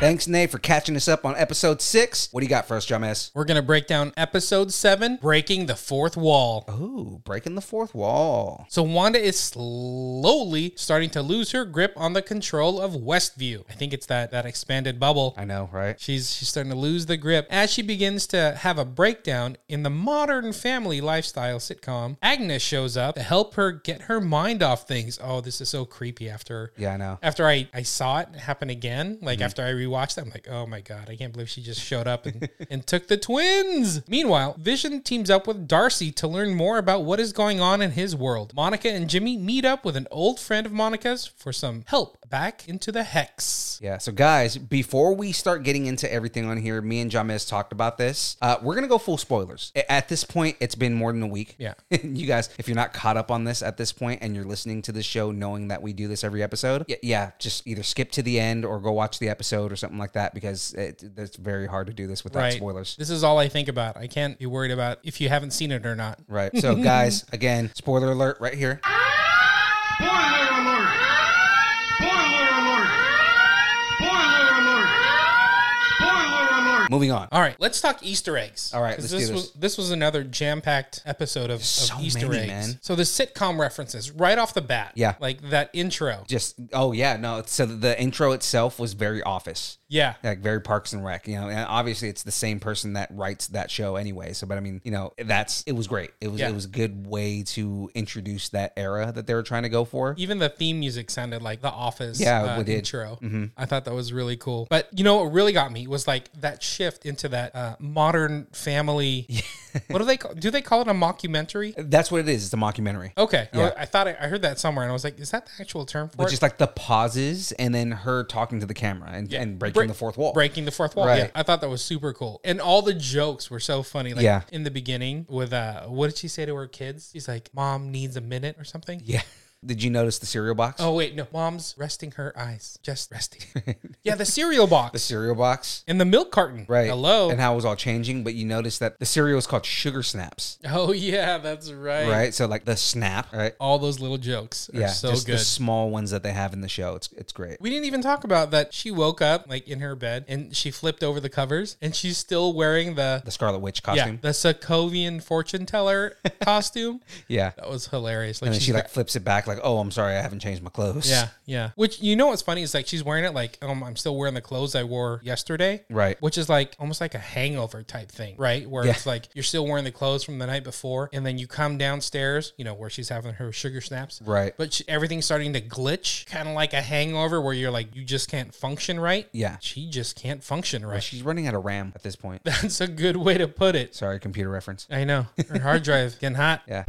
A: Thanks, Nay, for catching us up on episode six. What do you got for us, Jumess?
D: We're gonna break down episode seven, breaking the fourth wall.
A: Ooh, breaking the fourth wall.
D: So Wanda is slowly starting to lose her grip on the control of Westview. I think it's that that expanded bubble.
A: I know, right?
D: She's she's starting to lose the grip as she begins to have a breakdown in the modern family lifestyle sitcom. Agnes shows up to help her get her mind off things. Oh, this is so creepy after
A: Yeah, I know.
D: after I, I saw it happen again, like after I rewatched it, I'm like, oh my God, I can't believe she just showed up and, and took the twins. Meanwhile, Vision teams up with Darcy to learn more about what is going on in his world. Monica and Jimmy meet up with an old friend of Monica's for some help back into the hex.
A: Yeah. So, guys, before we start getting into everything on here, me and James talked about this. Uh, we're gonna go full spoilers. A- At this point, it's been more than a week.
D: Yeah.
A: you guys, if you're not caught up on this at this point and you're listening to the show knowing that we do this every episode, y- yeah, just either skip to the end or go watch the episode or something like that because it, it's very hard to do this without
D: Right.
A: spoilers.
D: This is all I think about. I can't be worried about if you haven't seen it or not.
A: Right. So, guys, again, spoiler alert right here.
B: Spoiler alert! Spoiler alert! Spoiler alert! Spoiler alert!
A: Moving on.
D: All right, let's talk Easter eggs.
A: All right,
D: 'Cause
A: let's
D: this
A: do
D: was this was another jam-packed episode of, of
A: So
D: Easter
A: many,
D: eggs.
A: man.
D: So the sitcom references right off the bat.
A: Yeah.
D: like that intro.
A: Just oh yeah, no. So the intro itself was very Office.
D: Yeah,
A: like very Parks and Rec, you know. And obviously, it's the same person that writes that show anyway. So, but I mean, you know, that's it was great. It was
D: Yeah.
A: it was a good way to introduce that era that they were trying to go for.
D: even the theme music sounded like The Office
A: Yeah, Mm-hmm.
D: uh,
A: we did.
D: intro. I thought that was really cool. But you know what really got me was like that shift into that uh, modern family. what do they call? Do they call it a mockumentary?
A: That's what it is. It's a mockumentary.
D: Okay, I-
A: Yeah.
D: I, thought I, I heard that somewhere, and I was like, is that the actual term for
A: Which
D: it?
A: is like the pauses and then her talking to the camera and,
D: Yeah.
A: and breaking
D: Break-
A: the fourth wall.
D: Breaking the fourth wall. Yeah,
A: Right.
D: I thought that was super cool, and all the jokes were so funny. Like
A: Yeah.
D: in the beginning, with uh, what did she say to her kids? She's like, "Mom needs a minute or something."
A: Yeah. Did you notice the cereal box?
D: Oh wait, no. Mom's resting her eyes, just resting. yeah, the cereal box
A: the cereal box.
D: and the milk carton.
A: Right.
D: Hello.
A: And how it was all changing, but you noticed that the cereal is called Sugar Snaps,
D: oh yeah, that's right.
A: right? So like the snap, right?
D: All those little jokes are
A: yeah,
D: so
A: just
D: good.
A: the small ones that they have in the show. It's it's great.
D: we didn't even talk about that. She woke up like in her bed and she flipped over the covers and she's still wearing the,
A: the Scarlet Witch
D: yeah
A: costume.
D: the Sokovian fortune teller costume.
A: Yeah.
D: That was hilarious. Like
A: And then
D: she's
A: she like
D: got-
A: flips it back like, oh, I'm sorry, I haven't changed my clothes.
D: Yeah, yeah. Which you know what's funny is like she's wearing it like um I'm still wearing the clothes I wore yesterday.
A: Right.
D: Which is like almost like a hangover type thing, right? Where
A: Yeah.
D: it's like you're still wearing the clothes from the night before and then you come downstairs, you know, where she's having her sugar snaps.
A: Right.
D: But she, everything's starting to glitch, kind of like a hangover where you're like you just can't function right.
A: Yeah.
D: She just can't function right.
A: She's running out of RAM at this point.
D: That's a good way to put it.
A: Sorry, computer reference.
D: I know. Her hard drive getting hot.
A: Yeah.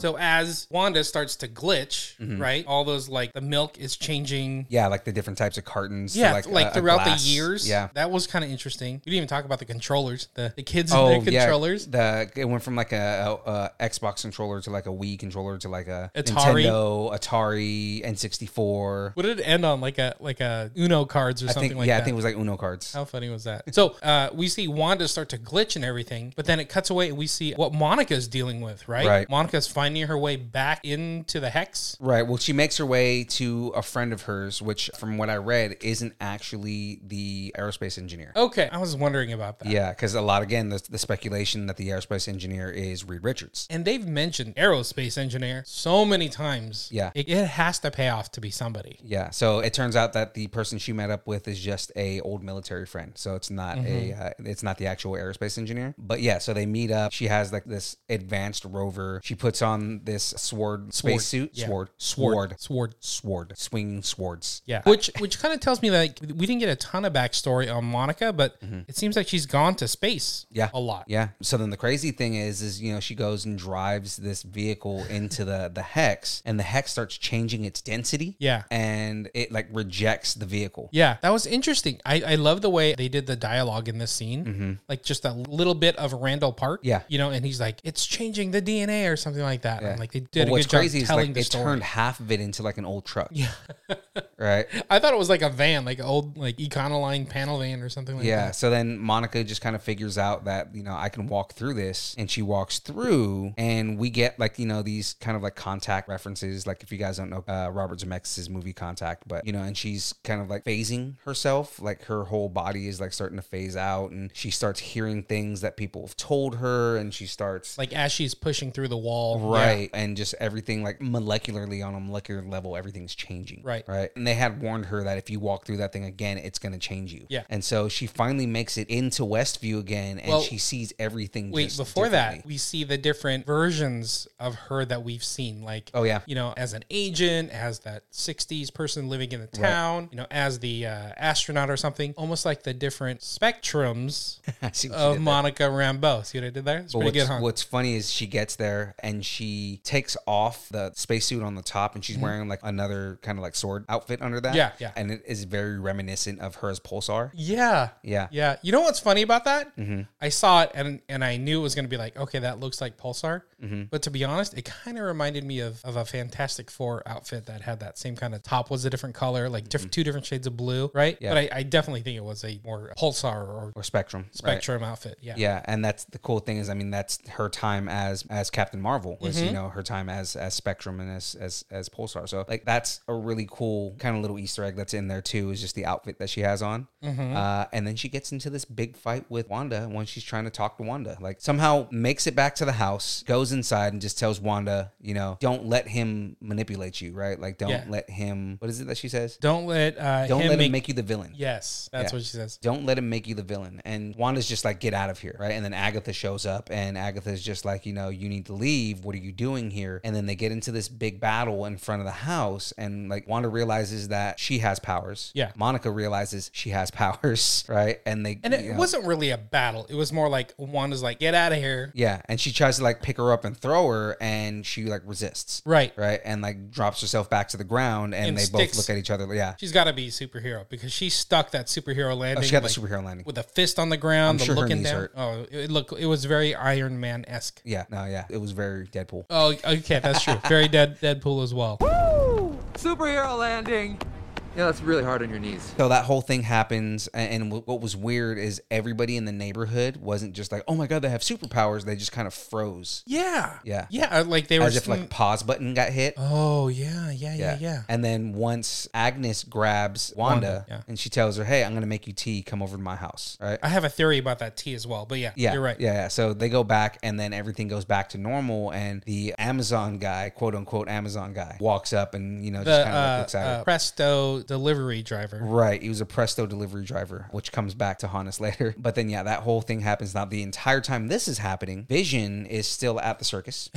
D: So as Wanda starts to glitch,
A: Mm-hmm.
D: right? All those like the milk is changing.
A: Yeah, like the different types of cartons. to,
D: Yeah, like,
A: a- a
D: throughout the
A: glass.
D: years.
A: Yeah.
D: That was kind of interesting. We didn't even talk about the controllers, the, the kids
A: Oh,
D: and their controllers.
A: yeah. The, it went from like a, a, a Xbox controller to like a Wii controller to like a
D: Atari.
A: Nintendo, Atari, N64.
D: What did it end on? Like a like a Uno cards or
A: I
D: something
A: think,
D: like
A: yeah,
D: that.
A: I think it was like Uno cards.
D: How funny was that? So uh, we see Wanda start to glitch and everything, but then it cuts away and we see what Monica's dealing with, right?
A: Right.
D: Monica's finding her way back into the hex.
A: Right. Well, she makes her way to a friend of hers, which, from what I read, isn't actually the aerospace engineer.
D: Okay. I was wondering about that.
A: Yeah, because a lot again, the, the speculation that the aerospace engineer is Reed Richards.
D: And they've mentioned aerospace engineer so many times.
A: Yeah.
D: It, it has to pay off to be somebody.
A: Yeah, so it turns out that the person she met up with is just a old military friend. So it's not a uh, it's not the actual aerospace engineer. But yeah, so they meet up. She has like this advanced rover. She puts on this sword space suit.
D: yeah.
A: Sword. Sword.
D: Sword.
A: Sword. Swinging swords.
D: Yeah. Which which kind of tells me like we didn't get a ton of backstory on Monica, but it seems like she's gone to space
A: Mm-hmm. Yeah.
D: a lot.
A: Yeah. So then the crazy thing is, is, you know, she goes and drives this vehicle into the, the hex and the hex starts changing its density.
D: Yeah.
A: And it like rejects the vehicle.
D: Yeah, that was interesting. I, I love the way they did the dialogue in this scene. Like just a little bit of Randall Park.
A: Mm-hmm. Yeah.
D: You know, and he's like, it's changing the DNA or something like that. And like they did
A: But
D: a
A: what's
D: good job
A: crazy is
D: telling
A: like
D: the
A: it
D: story.
A: turned half of it into like an old truck. Yeah. right.
D: I thought it was like a van, like an old like Econoline panel van or something like
A: Yeah.
D: that.
A: So then Monica just kind of figures out that, you know, I can walk through this. And she walks through, and we get like, you know, these kind of like contact references. Like, if you guys don't know uh, Robert Zemeckis' movie Contact, but, you know, and she's kind of like phasing herself. Like, her whole body is like starting to phase out, and she starts hearing things that people have told her, and she starts.
D: Like as she's pushing through the wall. Yeah.
A: Right. And just everything like molecularly on a molecular level, everything's changing.
D: Right.
A: Right. And they had warned her that if you walk through that thing again, it's going to change you.
D: Yeah.
A: And so she finally makes it into Westview again and
D: Well,
A: she sees everything.
D: Wait,
A: just
D: before that,
A: differently.
D: we see the different versions of her that we've seen. Like,
A: Oh, yeah.
D: you know, as an agent, as that '60s person living in the town, you know, as the uh, astronaut or something. Almost like the different spectrums
A: I see what you
D: of
A: did there.
D: Monica Rambeau. See what I did there? um, It's
A: But
D: pretty
A: what's,
D: good, huh?
A: what's funny is she gets there and she takes off the spacesuit on the top and she's wearing like another kind of like sword outfit under that.
D: Mm-hmm. Yeah, yeah.
A: And it is very reminiscent of her as Pulsar.
D: yeah,
A: Yeah. Mm-hmm.
D: yeah. You know what's funny about that? I saw it and and I knew it was going to be like, okay, that looks like Pulsar.
A: Mm-hmm.
D: But to be honest, it kind of reminded me of of a Fantastic Four outfit that had that same kind of top was a different color, like diff- two different shades of blue, right?
A: Mm-hmm. Yeah.
D: But I, I definitely think it was a more Pulsar or
A: Or Spectrum. right?
D: Spectrum outfit. Yeah.
A: yeah and that's the cool thing is i mean that's her time as as captain marvel was
D: Mm-hmm.
A: you know her time as as spectrum and as as as pulsar so like that's a really cool kind of little easter egg that's in there too is just the outfit that she has on
D: Mm-hmm.
A: uh, and then she gets into this big fight with wanda when she's trying to talk to wanda like somehow makes it back to the house goes inside and just tells wanda you know don't let him manipulate you right like don't
D: Yeah.
A: let him what is it that she says
D: Don't let uh,
A: don't
D: him
A: let
D: make,
A: him make you the villain
D: Yes, that's
A: Yeah.
D: what she says.
A: don't let him make you the villain. And Wanda's just like, get out of here, right? And then Agatha shows up, and Agatha's just like, you know, you need to leave. What are you doing here? And then they get into this big battle in front of the house, and like Wanda realizes that she has powers.
D: Yeah.
A: Monica realizes she has powers, right? And they
D: And it
A: you know-
D: wasn't really a battle. It was more like Wanda's like, get out of here.
A: yeah, and she tries to like pick her up and throw her, and she like resists.
D: Right.
A: Right, and like drops herself back to the ground, and,
D: And
A: they
D: sticks-
A: both look at each other. Yeah,
D: She's got to be a superhero because she stuck that superhero landing.
A: oh, she got
D: like,
A: the superhero landing.
D: with a fist on the ground, the
A: sure her
D: looking
A: knees
D: down.
A: hurt.
D: Oh, it look, it was very Iron Man esque.
A: yeah, no, yeah, it was very Deadpool.
D: Oh, okay, that's true. Very dead Deadpool as well.
C: Superhero landing.
I: Yeah, that's really hard on your knees.
A: So that whole thing happens, a- and wh- what was weird is everybody in the neighborhood wasn't just like, "Oh my god, they have superpowers." They just kind of froze.
D: Yeah.
A: Yeah,
D: Yeah. Like they were
A: as if
D: sm-
A: like pause button got hit.
D: Oh yeah, yeah, yeah, yeah.
A: And then once Agnes grabs Wanda,
D: Wanda, yeah.
A: and she tells her, "Hey, I'm gonna make you tea. Come over to my house." Right?
D: I have a theory about that tea as well, but yeah,
A: Yeah,
D: you're right.
A: Yeah, yeah. So they go back, and then everything goes back to normal. And the Amazon guy, quote unquote Amazon guy, walks up and you know
D: the
A: just kind of like,
D: uh,
A: looks at
D: uh,
A: her.
D: Presto delivery driver.
A: Right. He was a Presto delivery driver, which comes back to haunt us later. But then, yeah, that whole thing happens. Now, the entire time this is happening, Vision is still at the circus.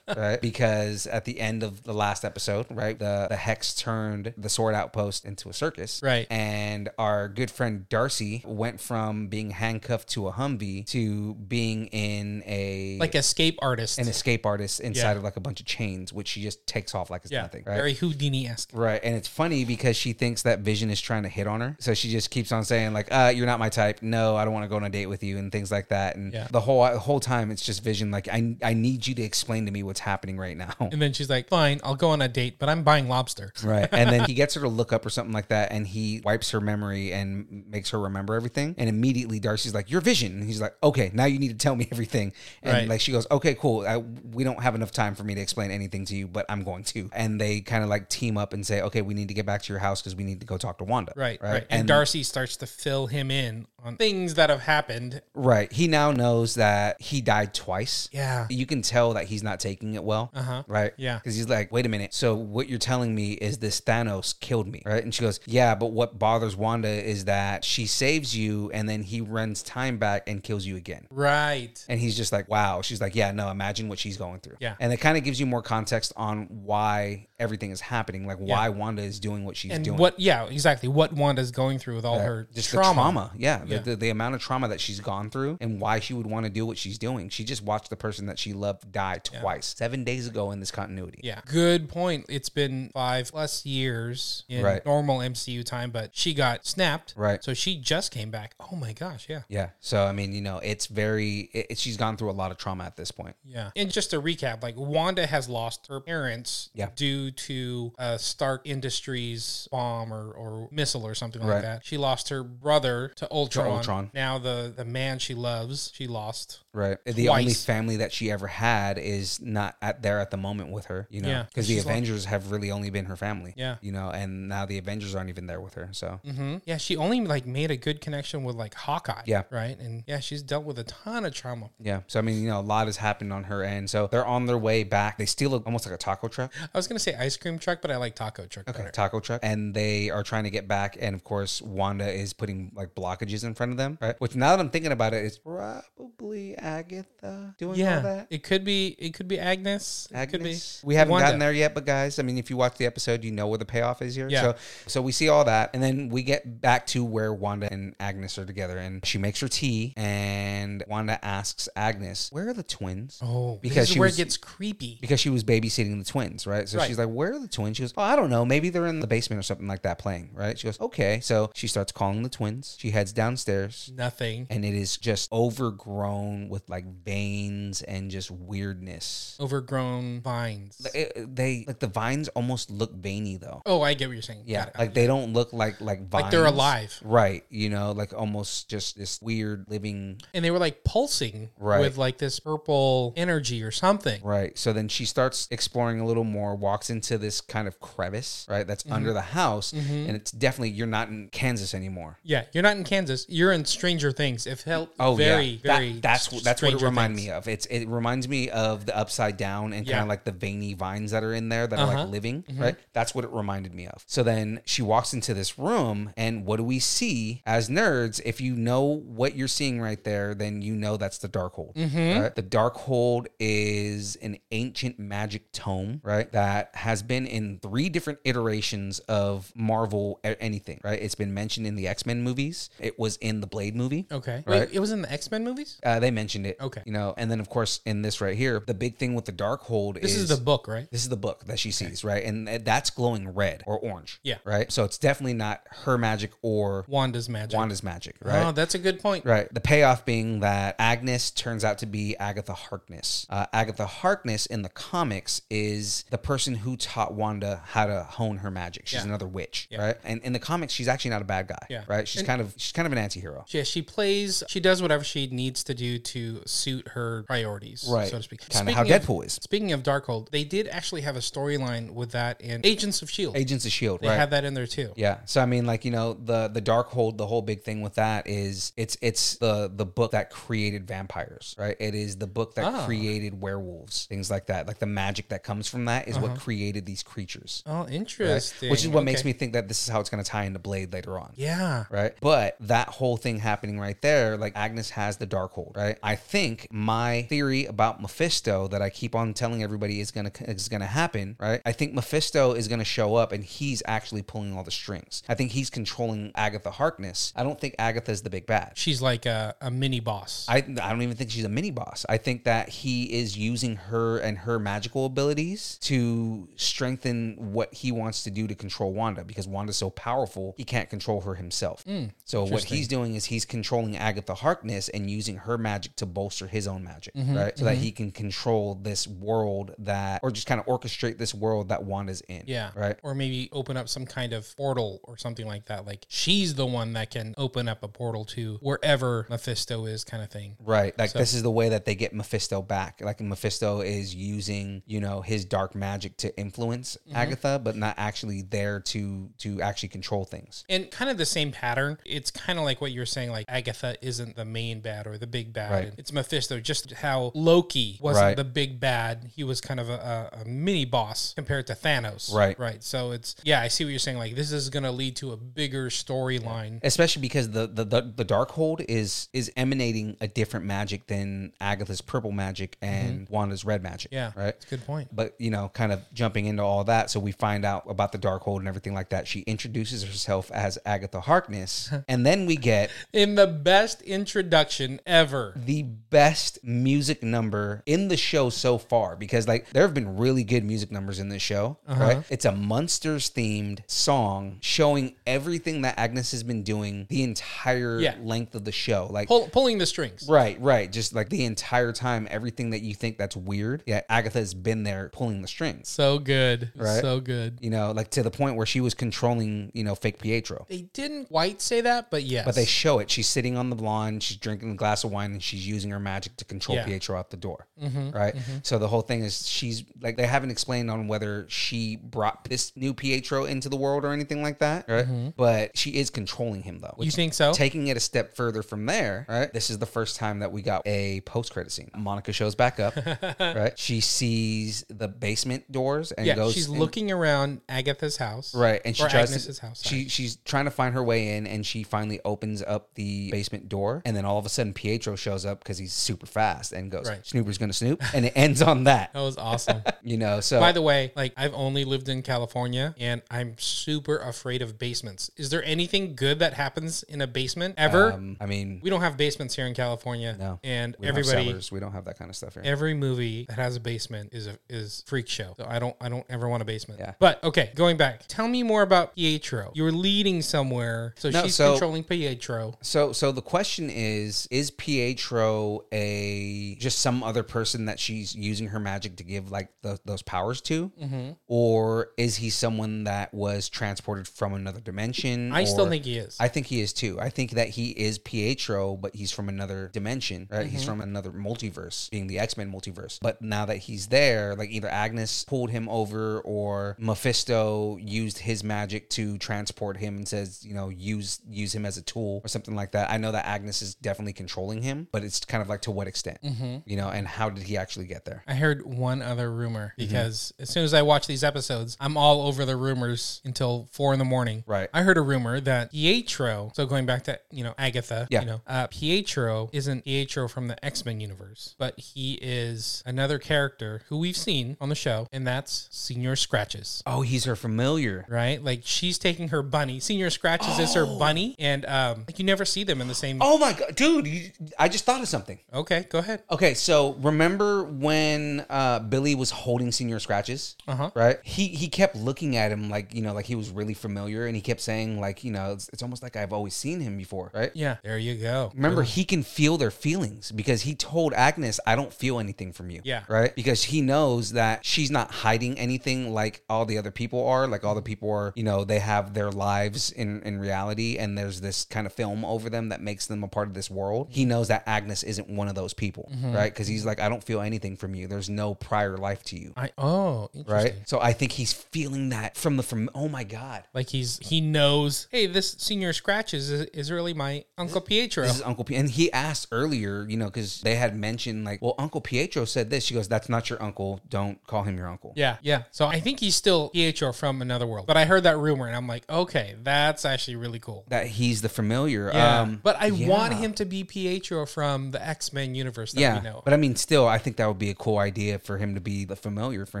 A: Right. Because at the end of the last episode, right, the, the Hex turned the Sword Outpost into a circus.
D: Right.
A: And our good friend Darcy went from being handcuffed to a Humvee to being in a.
D: Like escape artist.
A: an escape artist inside
D: Yeah.
A: of like a bunch of chains, which she just takes off like it's
D: yeah,
A: nothing. Right?
D: very Houdini esque.
A: Right. And it's funny because she thinks that Vision is trying to hit on her. So she just keeps on saying, like, uh, you're not my type. No, I don't want to go on a date with you and things like that. And
D: Yeah.
A: the whole the whole time it's just Vision, like, I I need you to explain to me what's happening right now.
D: And then she's like, "Fine, I'll go on a date, but I'm buying lobster."
A: Right. And then he gets her to look up or something like that and he wipes her memory and makes her remember everything. And immediately Darcy's like, Your vision. And he's like, Okay, now you need to tell me everything. And
D: Right.
A: like she goes, Okay, cool. I, we don't have enough time for me to explain anything to you, but I'm going to. And they kind of like team up and say, Okay, we need to get back to your house because we need to go talk to Wanda.
D: Right, right. And, Darcy starts to fill him in on things that have happened.
A: Right. He now knows that he died twice.
D: Yeah.
A: You can tell that he's not taking it well.
D: Uh-huh.
A: Right.
D: Yeah.
A: Because he's like, wait a minute. So what you're telling me is this Thanos killed me. Right. And she goes, yeah, but what bothers Wanda is that she saves you and then he runs time back and kills you again.
D: Right.
A: And he's just like, wow. She's like, yeah, no, imagine what she's going through.
D: Yeah.
A: And it kind of gives you more context on why everything is happening, like why Wanda is doing what she's
D: and
A: doing.
D: what? Yeah, exactly. What Wanda's going through with all
A: Right.
D: her
A: just
D: trauma.
A: the trauma yeah, the-
D: Yeah.
A: The, the amount of trauma that she's gone through and why she would want to do what she's doing she just watched the person that she loved die twice seven days ago in this continuity
D: Yeah, good point. It's been five plus years in
A: Right.
D: normal MCU time, but she got snapped.
A: Right.
D: So she just came back. Oh my gosh. Yeah.
A: yeah so i mean you know it's very it, it- she's gone through a lot of trauma at this point
D: Yeah. And just to recap, like Wanda has lost her parents
A: Yeah.
D: due to a Stark Industries bomb or, or missile or something
A: Right.
D: like that. She lost her brother to Ultron.
A: Ultron.
D: Now the, the man she loves, she lost.
A: right the
D: Twice.
A: only family that she ever had is not at there at the moment with her you know
D: Yeah.
A: because the
D: She's like-
A: avengers have really only been her family
D: Yeah.
A: you know and now the avengers aren't even there with her so
D: hmm Yeah, she only like made a good connection with like Hawkeye.
A: Yeah.
D: Right. And yeah, she's dealt with a ton of trauma.
A: yeah so i mean you know a lot has happened on her end so they're on their way back they steal a, almost like a taco truck
D: I was gonna say ice cream truck, but I like taco truck
A: Okay,
D: better.
A: taco truck, and they are trying to get back, and of course, Wanda is putting like blockages in front of them, right? Which now that I'm thinking about it, it's probably Agatha doing all
D: Yeah,
A: that.
D: it could be. It could be Agnes. It could be.
A: Agnes. We haven't
D: Wanda.
A: gotten there yet, but guys, I mean, if you watch the episode, you know where the payoff is here.
D: Yeah.
A: So, so we see all that, and then we get back to where Wanda and Agnes are together, and she makes her tea, and Wanda asks Agnes, "Where are the twins?"
D: Oh,
A: Because
D: because this is
A: she
D: where
A: was-
D: it gets creepy.
A: because she was babysitting the twins, right? So
D: Right.
A: she's like, "Where are the twins?" She goes, "Oh, I don't know. Maybe they're in the basement or something like that playing." Right? She goes, "Okay." So she starts calling the twins. She heads downstairs,
D: Nothing.
A: and it is just overgrown with like veins and just weirdness.
D: Overgrown vines.
A: Like, it- they like the vines almost look veiny though.
D: Oh, I get what you're saying.
A: Yeah,
D: Got it.
A: like they don't look like like vines.
D: Like they're alive.
A: right? You know, like almost just this weird living
D: and they were like pulsing
A: Right.
D: with like this purple energy or something.
A: Right. So then she starts exploring a little more, walks into this kind of crevice, right? That's under the house. And it's definitely, you're not in Kansas anymore.
D: Yeah, you're not in Kansas. You're in Stranger Things. If hell,
A: Oh
D: very,
A: yeah, That-
D: very.
A: that's
D: s-
A: what that's what it
D: Stranger
A: reminds
D: Things.
A: me of. It's it reminds me of the upside down and kind
D: Yeah.
A: of like the veiny vines that are in there that are
D: Uh-huh.
A: like living, right? That's what it reminded me of. So then she walks into this room, and what do we see as nerds? If you know what you're seeing right there, then you know that's the dark hold.
D: Mm-hmm.
A: Right? The dark hold is an ancient magic tome, right? That has been in three different iterations of Marvel a- anything, right? It's been mentioned in the X Men movies. It was in the Blade movie.
D: Okay.
A: Right.
D: Wait, it was in the X Men movies.
A: Uh, they mentioned it.
D: Okay.
A: You know, and then of course in this right here, the big thing with with the dark hold
D: This is the book, right?
A: This is the book that she sees, right? And th- that's glowing red or orange.
D: Yeah.
A: Right? So it's definitely not her magic or
D: Wanda's magic.
A: Wanda's magic, right?
D: Oh, that's a good point.
A: Right. The payoff being that Agnes turns out to be Agatha Harkness. Uh, Agatha Harkness in the comics is the person who taught Wanda how to hone her magic. She's
D: Yeah.
A: another witch,
D: Yeah.
A: right? And in the comics, she's actually not a bad guy,
D: Yeah.
A: right? She's
D: And-
A: kind of she's kind of an anti-hero.
D: Yeah, she plays. She does whatever she needs to do to suit her priorities,
A: Right.
D: so to speak.
A: Kinda how
D: Speaking
A: Deadpool is.
D: Speaking of Darkhold, they did actually have a storyline with that in Agents of Shield.
A: Agents of Shield,
D: E they
A: E right?
D: had that in there too.
A: Yeah. So I mean, like you know, the the dark hold, the whole big thing with that is it's it's the the book that created vampires, right? It is the book that
D: Ah.
A: created werewolves, things like that. Like the magic that comes from that is what created these creatures,
D: Uh-huh. Oh,
A: right?
D: interesting.
A: which is what makes
D: Okay.
A: me think that this is how it's going to tie into Blade later on.
D: Yeah.
A: Right. But that whole thing happening right there, like Agnes has the dark hold, right? I think my theory about Mephisto that I keep on telling everybody is gonna is gonna happen, right? I think Mephisto is gonna show up and he's actually pulling all the strings. I think he's controlling Agatha Harkness. I don't think Agatha's the big bad.
D: She's like a, a mini boss.
A: I, I don't even think she's a mini boss. I think that he is using her and her magical abilities to strengthen what he wants to do to control Wanda because Wanda's so powerful, he can't control her himself.
D: Hmm,
A: so what he's doing is he's controlling Agatha Harkness and using her magic to bolster his own magic,
D: Mm-hmm,
A: right? So that he can control this world that, or just kind of orchestrate this world that Wanda's in.
D: yeah.
A: Right.
D: Or maybe open up some kind of portal or something like that. Like she's the one that can open up a portal to wherever Mephisto is, kind of thing.
A: Right. Like
D: So-
A: this is the way that they get Mephisto back. Like Mephisto is using, you know, his dark magic to influence
D: Mm-hmm.
A: Agatha, but not actually there to to actually control things.
D: And kind of the same pattern. It's kind of like what you're saying, like Agatha isn't the main bad or the big bad.
A: Right.
D: It's Mephisto, just how Loki wasn't
A: Right.
D: the big bad. He was kind of a, a, a mini boss compared to Thanos.
A: Right.
D: Right. So it's, yeah, I see what you're saying. Like this is going to lead to a bigger storyline.
A: Especially because the the, the the dark hold is is emanating a different magic than Agatha's purple magic and Wanda's red magic.
D: Mm-hmm. Yeah.
A: Right.
D: That's a good point.
A: But you know, kind of jumping into all that, so we find out about the dark hold and everything like that. She introduces herself as Agatha Harkness, and then we get
D: In the best introduction ever.
A: the best music number in the show so far because like there have been really good music numbers in this show right it's a monsters themed song showing everything that agnes has been doing the entire
D: Yeah.
A: length of the show like
D: Pull, pulling the strings.
A: Right, right. Just like the entire time, everything that you think that's weird, yeah, Agatha's been there pulling the strings.
D: So good.
A: Right.
D: So good.
A: You know, like to the point where she was controlling, you know, fake Pietro.
D: They didn't quite say that, but yes.
A: But they show it. She's sitting on the lawn. She's drinking a glass of wine, and she's using her magic to control
D: Yeah. Mm-hmm,
A: Pietro out the door. Right. So the whole thing is she's like they haven't explained on whether she brought this new Pietro into the world or anything like that. Right. But she is controlling him though.
D: Mm-hmm. You think so?
A: Taking it a step further from there. Right. This is the first time that we got a post credit scene. Monica shows back up. right. She sees the basement doors and
D: yeah,
A: goes.
D: she's
A: and-
D: looking around Agatha's house.
A: Right, and she
D: or
A: tries
D: Agnes's
A: to,
D: house.
A: She she's trying to find her way in, and she finally opens up the basement door, and then all of a sudden Pietro shows up because he's super fast and goes,
D: Right.
A: "Snooper's gonna snoop," and it ends on that.
D: That was awesome.
A: You know, so
D: By the way, like I've only lived in California and I'm super afraid of basements. Is there anything good that happens in a basement ever?
A: um, I mean,
D: we don't have basements here in California.
A: no,
D: And
A: we don't have
D: everybody
A: cellars. we don't have that kind of stuff here.
D: every movie that has a basement is a is freak show. So I don't I don't ever want a basement.
A: Yeah.
D: But okay, going back. Tell me more about Pietro. You were leading somewhere. So
A: No,
D: she's
A: so-
D: controlling Pietro.
A: so so the question is is pietro a just some other person that she's using her magic to give like tho- those powers to
D: Mm-hmm.
A: or is he someone that was transported from another dimension
D: I still
A: Or-
D: think he is.
A: i think he is too i think that he is pietro but he's from another dimension right he's from another multiverse being the x-men multiverse but now that he's there like either agnes pulled him over or mephisto used his magic to transport him and says you know use use him as a tool or something like that i know that agnes is definitely controlling him but it's kind of like to what extent you know and how did he actually get there
D: I heard one other rumor
A: Mm-hmm.
D: because as soon as I watch these episodes, I'm all over the rumors until four in the morning.
A: Right.
D: I heard a rumor that Pietro, so going back to, you know, Agatha,
A: Yeah.
D: you know, uh, Pietro isn't Pietro from the X Men universe, but he is another character who we've seen on the show, and that's Senior Scratches.
A: oh he's her familiar
D: Right? Like she's taking her bunny. Senior Scratches is her bunny, and um, like you never see them in the same.
A: oh my god dude you, i just thought of something
D: Okay, go ahead.
A: Okay, so remember when uh, Billy was holding Senior Scratches,
D: Uh-huh.
A: right? He he kept looking at him like you know like he was really familiar, and he kept saying like you know it's, it's almost like I've always seen him before, right?
D: Yeah, there you go.
A: Remember, he can feel their feelings because he told Agnes, I don't feel anything from you.
D: Yeah.
A: Right? Because he knows that she's not hiding anything like all the other people are. Like all the people are, you know, they have their lives in, in reality and there's this kind of film over them that makes them a part of this world. He knows that Agnes isn't one of those people,
D: Mm-hmm.
A: right? Because he's like, I don't feel anything from you. There's no prior life to you.
D: I oh, interesting.
A: Right? So I think he's feeling that from the, from, oh my God.
D: Like he's he knows. Hey, this senior scratches is, is really my uncle Pietro.
A: This is Uncle Pietro. And he asked earlier, you know, because they had mentioned, like, well, Uncle Pietro said this. She goes, that's not your uncle. Don't call him your uncle.
D: Yeah, yeah. So I think he's still Pietro from another world. But I heard that rumor, and I'm like, okay, that's actually really cool.
A: That he's the familiar.
D: Yeah,
A: Um,
D: but I
A: yeah.
D: want him to be Pietro from the X Men universe that
A: Yeah.
D: we know.
A: But I mean, still, I think that would be a cool idea for him to be the familiar, for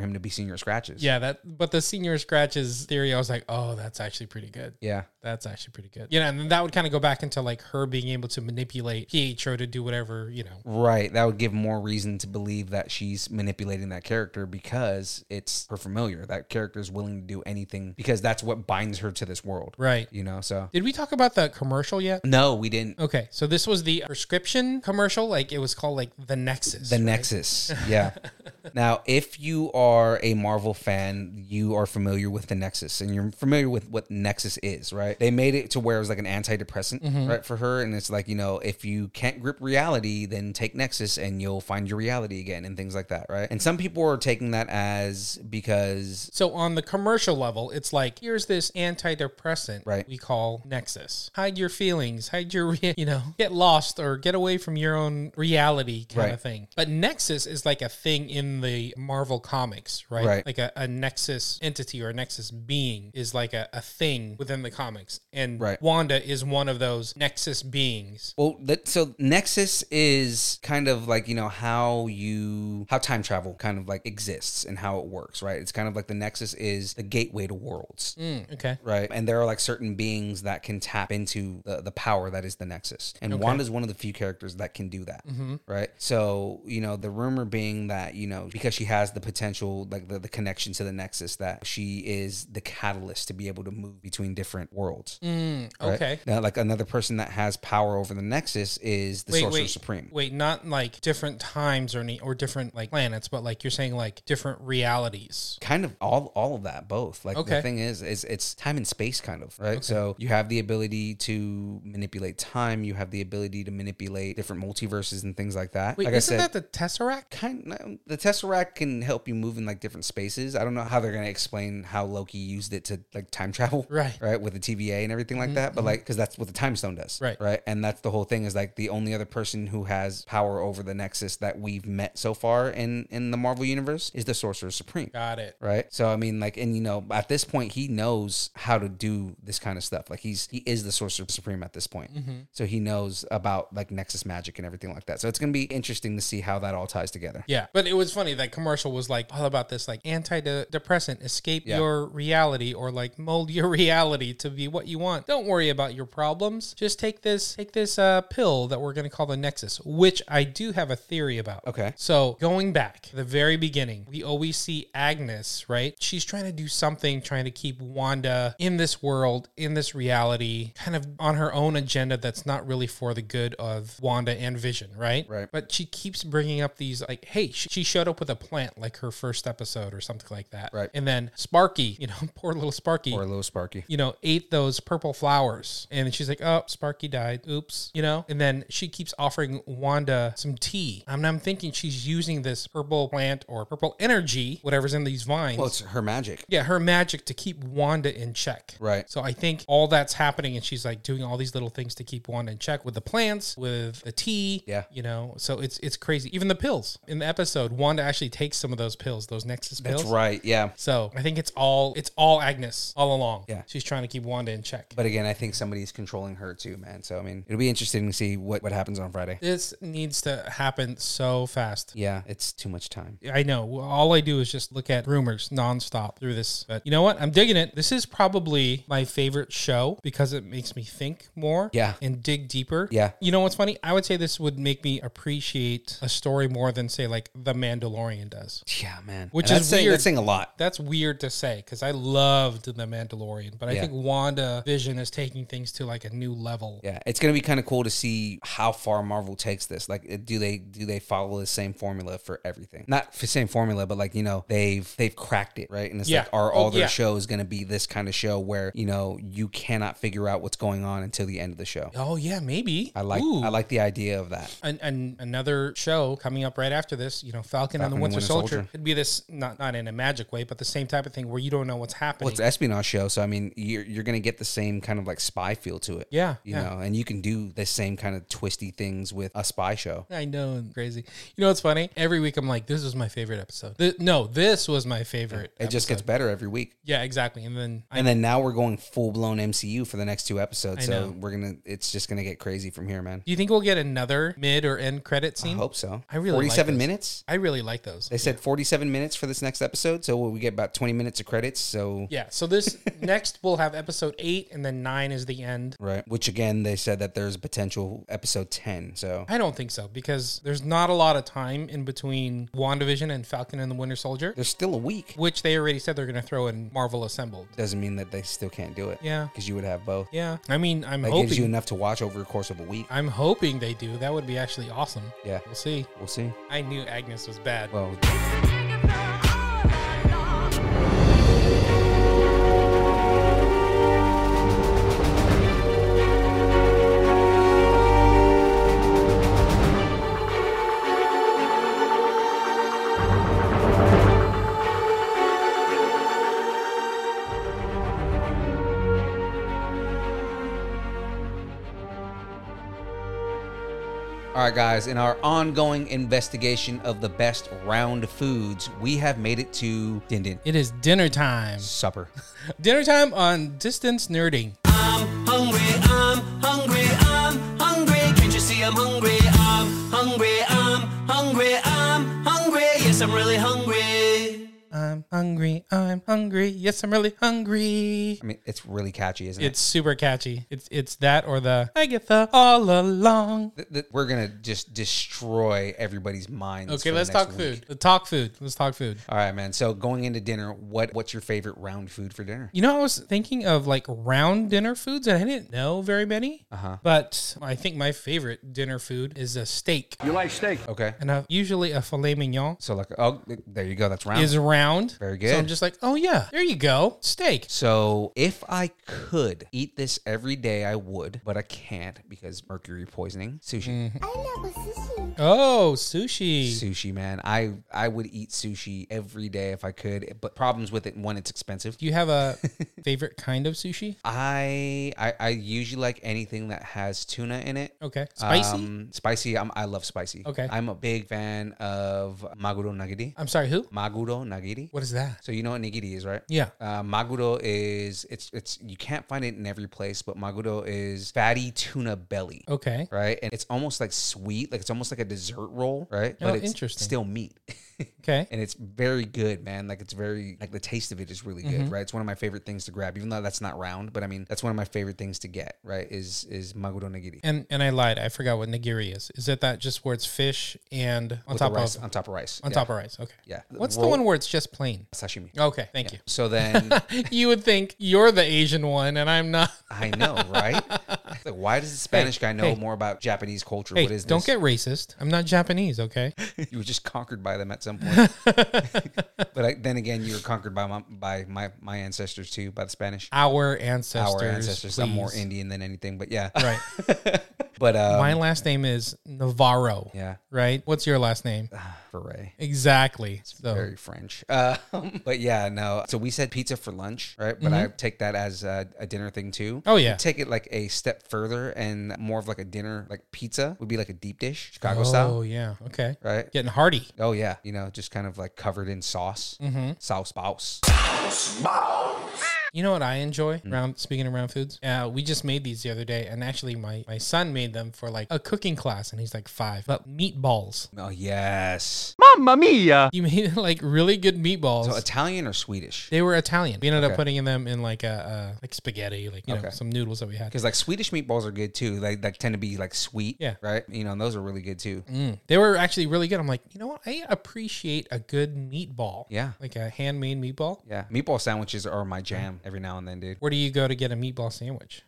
A: him to be Senior Scratches.
D: yeah, that. But the senior scratches theory, I was like, oh, that's actually pretty good.
A: Yeah.
D: That's actually pretty good. You know, and then that would kind of go back into like her being able to manipulate Pietro to do whatever, you know.
A: Right. That would give more reason to believe that she's manipulating that character because it's her familiar. That character is willing to do anything because that's what binds her to this world.
D: Right.
A: You know, so.
D: Did we talk about the commercial yet?
A: No, we didn't.
D: Okay, so this was the prescription commercial. Like it was called like the Nexus.
A: The
D: right?
A: Nexus. Yeah. now, if you are a Marvel fan, you are familiar with the Nexus and you're familiar with what Nexus is, right? They made it to where it was like an antidepressant, right, for her. And it's like, you know, if you can't grip reality, then take Nexus and you'll find your reality again and things like that, right? And some people are taking that as because.
D: So on the commercial level, it's like here's this antidepressant
A: Right.
D: we call Nexus. Hide your feelings, hide your re- you know, get lost or get away from your own reality kind
A: Right.
D: of thing. But Nexus is like a thing in the Marvel comics, right?
A: Right.
D: Like a, a Nexus entity or a Nexus being is like a, a thing within the comics. And
A: Right.
D: Wanda is one of those Nexus beings.
A: Well, that, so Nexus is kind of like, you know, how you, how time travel kind of like exists and how it works, right? It's kind of like the Nexus is the gateway to worlds.
D: Mm, Okay.
A: right? And there are like certain beings that can tap into the, the power that is the Nexus. And Wanda's one of the few characters that can do that,
D: Mm-hmm.
A: right? So, you know, the rumor being that, you know, because she has the potential, like the, the connection to the Nexus, that she is the catalyst to be able to move between different worlds. right?
D: Mm, Okay.
A: Now, like another person that has power over the Nexus is the Sorcerer Supreme.
D: Wait, not like different times or any or different like planets, but like you're saying like different realities.
A: kind of all all of that both like the
D: Okay.
A: thing is is it's time and space kind of right so you have the ability to manipulate time you have the ability to manipulate different multiverses and things like that
D: Wait,
A: like
D: isn't that the Tesseract?
A: kind the tesseract can help you move in like different spaces i don't know how they're going to explain how loki used it to like time travel
D: Right. Mm-hmm,
A: right with the tva and everything like that but like because that's what the time stone does
D: Right.
A: right and that's the whole thing is like the only other person who has power over the nexus that we've met so far in in the marvel universe is the sorcerer supreme
D: Got it.
A: right so i mean like and you know at this point he knows how to do this kind of stuff like he's he is the sorcerer supreme at this point
D: Mm-hmm.
A: so he knows about like nexus magic and everything like that so it's going to be interesting to see how that all ties together
D: Yeah, but it was funny that commercial was like all about this like antidepressant, escape
A: Yeah.
D: your reality or like mold your reality to be what you want. Don't worry about your problems. Just take this take this uh, pill that we're going to call the Nexus, which I do have a theory about.
A: Okay.
D: So going back to the very beginning, we always see Agnes, right? She's trying to do something, trying to keep Wanda in this world, in this reality, kind of on her own agenda that's not really for the good of Wanda and Vision, right?
A: Right.
D: But she keeps bringing up these like, hey, sh- she showed up with a plant like her first episode or something like that.
A: Right.
D: And then Sparky, you know, poor little Sparky
A: or a little sparky
D: you know, ate those purple flowers. And she's like, oh, Sparky died. Oops. You know? And then she keeps offering Wanda some tea. And I'm thinking she's using this purple plant or purple energy, whatever's in these vines.
A: well it's her magic
D: yeah, her magic to keep Wanda in check.
A: Right.
D: So I think all that's happening, and she's like doing all these little things to keep Wanda in check with the plants, with the tea.
A: Yeah.
D: You know, so it's it's crazy. Even the pills in the episode, Wanda actually takes some of those pills, those Nexus pills.
A: that's right yeah
D: So I think it's all it's all Agnes all along.
A: Yeah.
D: she's trying to keep Wanda in check.
A: but again i think somebody's controlling her too man so i mean it'll be interesting to see what what happens on friday
D: this needs to happen so fast.
A: yeah it's too much time
D: I know. All I do is just look at rumors nonstop through this. But you know what? I'm digging it. This is probably my favorite show because it makes me think more
A: Yeah.
D: and dig deeper.
A: Yeah.
D: You know what's funny? I would say this would make me appreciate a story more than, say, like The Mandalorian Mandalorian does.
A: Yeah, man.
D: Which
A: And
D: is
A: that's saying,
D: weird.
A: That's saying a lot.
D: That's weird to say because I loved The Mandalorian, but I
A: Yeah.
D: think Wanda Vision is taking things to like a new level.
A: Yeah, it's gonna be kind of cool to see how far Marvel takes this. Like, uh, do they do they follow the same formula for everything? Not the same formula, but like you know they've they've cracked it right. And it's
D: Yeah.
A: like, are
D: Oh,
A: all their
D: yeah.
A: shows gonna be this kind of show where you know you cannot figure out what's going on until the end of the show?
D: Oh yeah, maybe.
A: I like
D: Ooh.
A: I like the idea of that.
D: an, an, another show coming up right after this, you know, Falcon, and the Winter, Soldier. It'd be this not not in a magic way, but the same type of thing where you don't know what's happening.
A: Well, it's an espionage show, so I mean, you're you're gonna get the same kind of like spy feel to it.
D: Yeah,
A: you
D: yeah.
A: know, and you can do the same kind of twisty things with a spy show.
D: I know, and crazy. You know what's funny? Every week I'm like, this was my favorite episode. Th- no, this was my favorite.
A: It just gets better every week.
D: yeah, exactly. And then I
A: And then now we're going full blown MCU for the next two episodes.
D: I
A: So
D: know.
A: we're gonna it's just gonna get crazy from here, man.
D: do you think we'll get another mid or end credit
A: I
D: scene?
A: hope so.
D: I really like
A: forty seven
D: those.
A: minutes.
D: I really like those.
A: They said forty seven minutes for this next episode, so we get about twenty minutes of credits. So
D: Yeah. So this next we'll have episode eight, and then nine is the end.
A: right, which again they said that there's a potential episode ten. So
D: I don't think so because there's not a lot of time in between WandaVision and Falcon and the Winter Soldier.
A: there's still a week.
D: which they already said they're going to throw in Marvel Assembled.
A: Doesn't mean that they still can't do it.
D: Yeah.
A: because you would have both.
D: Yeah, I mean, I'm
A: That gives
D: hoping
A: you enough to watch over the course of a week.
D: I'm hoping they do. That would be actually awesome.
A: Yeah.
D: we'll see.
A: We'll see.
D: I knew Agnes was bad.
A: Well, all right, guys. In our ongoing investigation of the best round foods, we have made it to din din
D: It is dinner time.
A: supper.
D: Dinner time on distance nerding.
C: Hungry, I'm hungry, I'm hungry. Can't you see I'm hungry? I'm hungry, I'm hungry, I'm hungry. Yes, I'm really hungry.
D: I'm hungry. I'm hungry. Yes, I'm really hungry.
A: I mean, it's really catchy, isn't
D: It's super catchy. It's it's that or the I get the all along.
A: it? Th- th- we're gonna just destroy everybody's minds. for
D: Okay,
A: the
D: let's
A: next week.
D: talk food. Let's talk food. Let's talk food.
A: All right, man. So going into dinner, what what's your favorite round food for dinner?
D: You know, I was thinking of like round dinner foods, and I didn't know very many. Uh-huh. But I think my favorite dinner food is a steak,
E: You like steak?
A: Okay,
D: and a, usually a filet mignon
A: so like, oh, th- there you go. That's round.
D: is round.
A: Very
D: So
A: good.
D: I'm just like, oh yeah, there you go, steak.
A: so if I could eat this every day, I would, but I can't because mercury poisoning. Sushi.
D: Mm-hmm. Oh, sushi.
A: sushi man i i would eat sushi every day if i could but problems with it one it's expensive
D: Do you have a favorite kind of sushi?
A: i i, I usually like anything that has tuna in it
D: Okay, spicy.
A: um, spicy I'm, i love spicy
D: Okay.
A: i'm a big fan of maguro nagiri
D: I'm sorry, who?
A: maguro nagiri
D: What is that?
A: so you know what nigiri is right
D: Yeah.
A: uh, maguro is it's it's you can't find it in every place but maguro is fatty tuna belly
D: Okay.
A: Right, and it's almost like sweet, like it's almost like a dessert roll, right?
D: Oh,
A: it's
D: interesting.
A: still meat.
D: Okay.
A: and it's very good, man. Like it's very like the taste of it is really
D: Mm-hmm.
A: good, right? It's one of my favorite things to grab, even though that's not round. But I mean, that's one of my favorite things to get, right? Is is maguro nigiri
D: And and I lied. I forgot what nigiri is. Is it that just where it's fish and on
A: With the
D: top
A: rice,
D: of
A: on top of rice,
D: on
A: Yeah.
D: top of rice? Okay.
A: Yeah.
D: What's the
A: Roll-
D: one where it's just plain?
A: sashimi.
D: Okay. Thank you.
A: So then
D: you would think you're the Asian one and I'm not.
A: I know, right? Like, why does the Spanish guy know
D: hey.
A: more about Japanese culture?
D: Hey,
A: what is
D: don't
A: this?
D: get racist. I'm not Japanese, okay?
A: you were just conquered by them at some point. but I, then again, you were conquered by my by my, my ancestors too, by the Spanish.
D: Our ancestors.
A: Our ancestors. I'm more
D: please.
A: Indian than anything, but yeah.
D: Right.
A: But um,
D: My last name is Navarro.
A: Yeah.
D: Right? What's your last name?
A: beret.
D: Exactly. So
A: very French. Um, but yeah, no. So we said pizza for lunch, right? But I take that as a, a dinner thing too.
D: Mm-hmm. Oh, yeah.
A: take it like a step further and more of like a dinner, like pizza would be like a deep dish, Chicago style,
D: Oh yeah. Okay.
A: right?
D: Getting hearty.
A: Oh yeah,
D: Mm-hmm.
A: you know, just kind of like covered in sauce, sauce, bouse.
D: You know what I enjoy?
A: Mm.
D: Round speaking of round foods, uh, we just made these the other day, and actually my my son made them for like a cooking class, and he's like five. But meatballs,
A: Oh yes.
D: you made like really good meatballs.
A: Uh. So Italian or Swedish?
D: they were Italian. We ended
A: Okay.
D: up putting them in like a uh, like spaghetti, like you know
A: Okay.
D: some noodles that we had.
A: Because like Swedish meatballs are good too. Like that tend to be like sweet.
D: Yeah. Mm.
A: Right. You know, and those are really good too.
D: They were actually really good. I'm like, you know what? I appreciate a good meatball.
A: Yeah.
D: like a handmade meatball.
A: Yeah. Meatball sandwiches are my jam every now and then, dude.
D: Where do you go to get a meatball sandwich?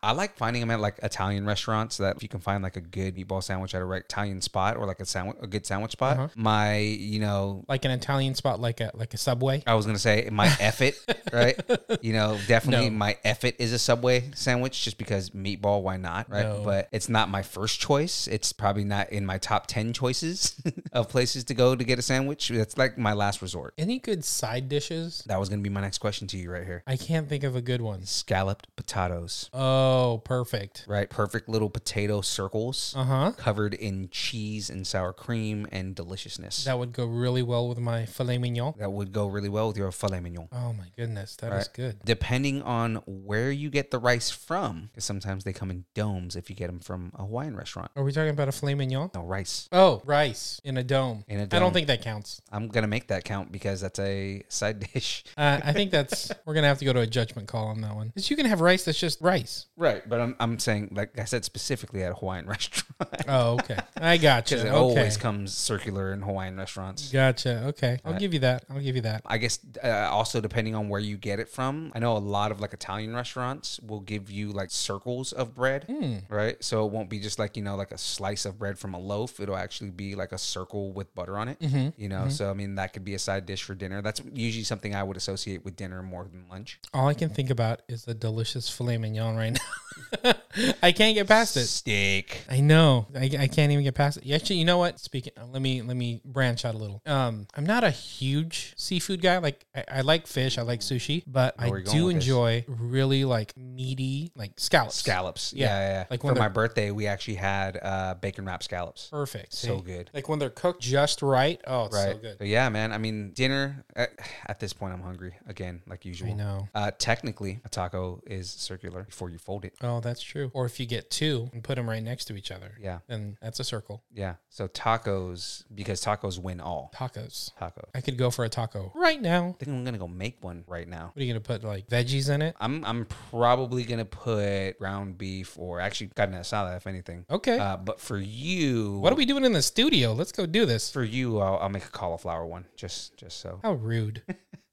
A: I like finding them at like Italian restaurants. That if you can find like a good meatball sandwich at a right Italian spot or like a sandwich, a good sandwich spot,
D: Uh-huh.
A: my you know.
D: Like an Italian spot, like a like a Subway.
A: I was gonna say my F it, right? You know, definitely
D: No.
A: my F it is a Subway sandwich, just because meatball, why not, right?
D: No.
A: But it's not my first choice. It's probably not in my top ten choices of places to go to get a sandwich. That's like my last resort.
D: Any good side dishes?
A: That was gonna be my next question to you right here.
D: I can't think of a good one.
A: Scalloped potatoes,
D: Oh, perfect.
A: right? Perfect little potato circles.
D: Uh huh.
A: covered in cheese and sour cream and deliciousness. That,
D: That would go really well with my filet mignon.
A: would go really well with your filet mignon.
D: Oh my goodness, that is
A: Right.
D: good.
A: Depending on where you get the rice from, because sometimes they come in domes if you get them from a Hawaiian restaurant.
D: Are we talking about a filet mignon?
A: No rice.
D: Oh, rice in a dome.
A: In a
D: I
A: dome.
D: don't think that counts.
A: I'm gonna make that count because that's a side dish.
D: Uh, I think that's we're gonna have to go to a judgment call on that one. Because you can have rice that's just rice.
A: Right, but I'm, I'm saying like I said specifically at a Hawaiian restaurant.
D: Oh, okay. I gotcha.
A: Because
D: okay.
A: it always comes circular in Hawaiian restaurants.
D: Gotcha. Okay. I'll give you that. I'll give you that.
A: I guess uh, also depending on where you get it from. I know a lot of like Italian restaurants will give you like circles of bread,
D: Hmm.
A: right? So it won't be just like you know like a slice of bread from a loaf. It'll actually be like a circle with butter on it.
D: Mm-hmm.
A: You know, so I mean that could be a side dish for dinner. That's usually something I would associate with dinner more than lunch.
D: All I can think about is the delicious filet mignon right now. I can't get past it.
A: Steak.
D: I know. I, I can't even get past it. Actually, you know what? Speaking, let me let me branch out a little. Um, I'm not a huge seafood guy. Like I, I like fish, I like sushi, but
A: where
D: I
A: you going
D: do
A: with this?
D: enjoy really like meaty, like scallops.
A: Scallops. Yeah,
D: Yeah,
A: yeah. yeah.
D: like
A: for
D: when
A: my
D: they're-
A: birthday, we actually had uh, bacon wrap scallops.
D: Perfect.
A: So
D: See?
A: good.
D: Like when they're cooked just right. Oh, it's
A: Right.
D: so good.
A: yeah, man. I mean, dinner at, at this point, I'm hungry again, like usual.
D: I know.
A: Uh, technically, a taco is circular before you fold it.
D: Oh, that's true. Or if you get two and put them right next to each other,
A: Yeah.
D: then that's a circle.
A: Yeah. So tacos, because tacos win all.
D: Tacos.
A: Tacos. I
D: I could go for a taco right now.
A: think I'm gonna go make one right now.
D: What are you gonna put? Like veggies in it?
A: I'm I'm probably gonna put ground beef or actually carne asada if anything.
D: Okay.
A: Uh, but for you,
D: what are we doing in the studio? Let's go do this.
A: For you, I'll, I'll make a cauliflower one. Just just so.
D: How rude.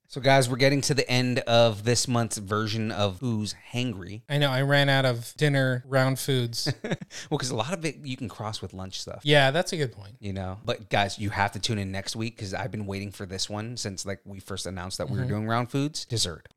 A: So guys, we're getting to the end of this month's version of Who's Hangry.
D: I know I ran out of dinner round foods.
A: Well, because a lot of it you can cross with lunch stuff.
D: yeah, that's a good point.
A: You know, but guys, you have to tune in next week because I've been waiting for this one since like we first announced that we
D: Mm-hmm.
A: were doing round foods. Dessert.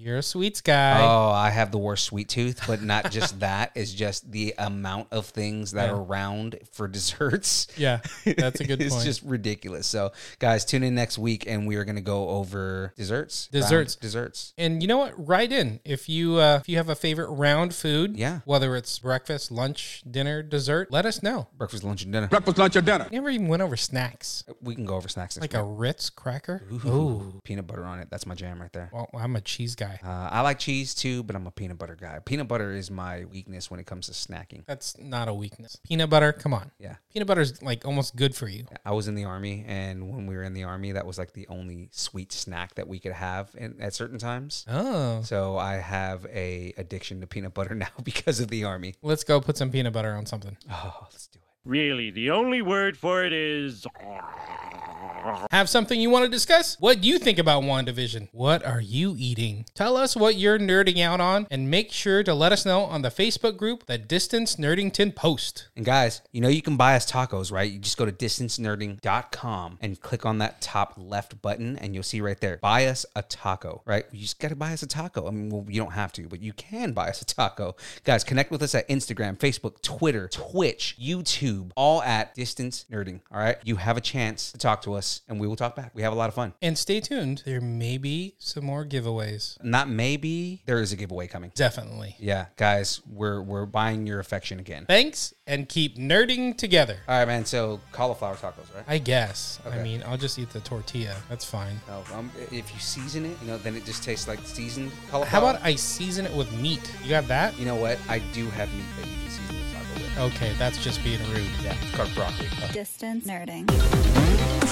D: You're a sweets guy.
A: Oh, I have the worst sweet tooth, but not just that. It's just the amount of things that
D: Yeah.
A: are round for desserts.
D: Yeah, that's a good
A: it's
D: point.
A: just ridiculous. So, guys, tune in next week and we are going to go over desserts. round
D: Desserts.
A: Desserts.
D: and you know what? Write in if you uh, if you have a favorite round food.
A: Yeah.
D: Whether it's breakfast, lunch, dinner, dessert, let us know.
A: Breakfast, lunch, and dinner.
E: Breakfast, lunch, or dinner.
D: Never even went over snacks
A: We can go over snacks. Next
D: like
A: week.
D: a Ritz cracker. Ooh.
A: peanut butter on it. That's my jam right there.
D: Well, I'm a cheese guy.
A: Uh, I like cheese too, but I'm a peanut butter guy. Peanut butter is my weakness when it comes to snacking.
D: That's not a weakness. Peanut butter, come on.
A: Yeah.
D: Peanut butter's like almost good for you.
A: I was in the army, and when we were in the army, that was like the only sweet snack that we could have in, at certain times.
D: Oh.
A: So I have a addiction to peanut butter now because of the army.
D: Let's go put some peanut butter on something.
A: Oh, let's do it.
J: Really, the only word for it is.
D: Have something you want to discuss? What do you think about WandaVision? What are you eating? Tell us what you're nerding out on and make sure to let us know on the Facebook group, The Distance Nerdington Post.
A: And guys, you know you can buy us tacos, right? You just go to distancenerding.com and click on that top left button, and you'll see right there, buy us a taco, right? You just got to buy us a taco. I mean, well, you don't have to, but you can buy us a taco. Guys, connect with us at Instagram, Facebook, Twitter, Twitch, YouTube, all at Distance Nerding, all right? You have a chance to talk to us us, and we will talk back. We have a lot of fun.
D: And stay tuned. There may be some more giveaways.
A: Not maybe there is a giveaway coming.
D: Definitely.
A: Yeah, guys, we're we're buying your affection again.
D: Thanks and keep nerding together.
A: All right, man. So cauliflower tacos, right?
D: I guess.
A: Okay.
D: I mean, I'll just eat the tortilla. That's fine.
A: No, um, if you season it, you know, then it just tastes like seasoned cauliflower.
D: How about I season it with meat? You got that?
A: You know what? I do have meat that you can season the taco with.
D: Okay, that's just being rude.
A: Yeah, it's called broccoli. Oh.
I: Distance nerding.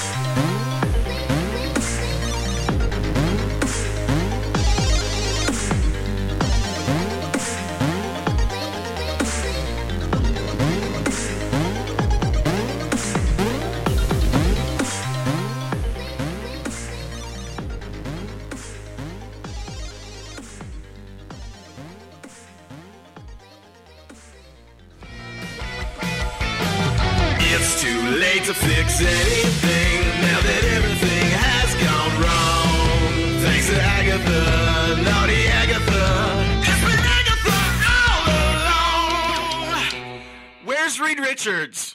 C: It's too late to fix anything now that everything has gone wrong. Thanks to Agatha, naughty Agatha. It's been Agatha all along. Where's Reed Richards?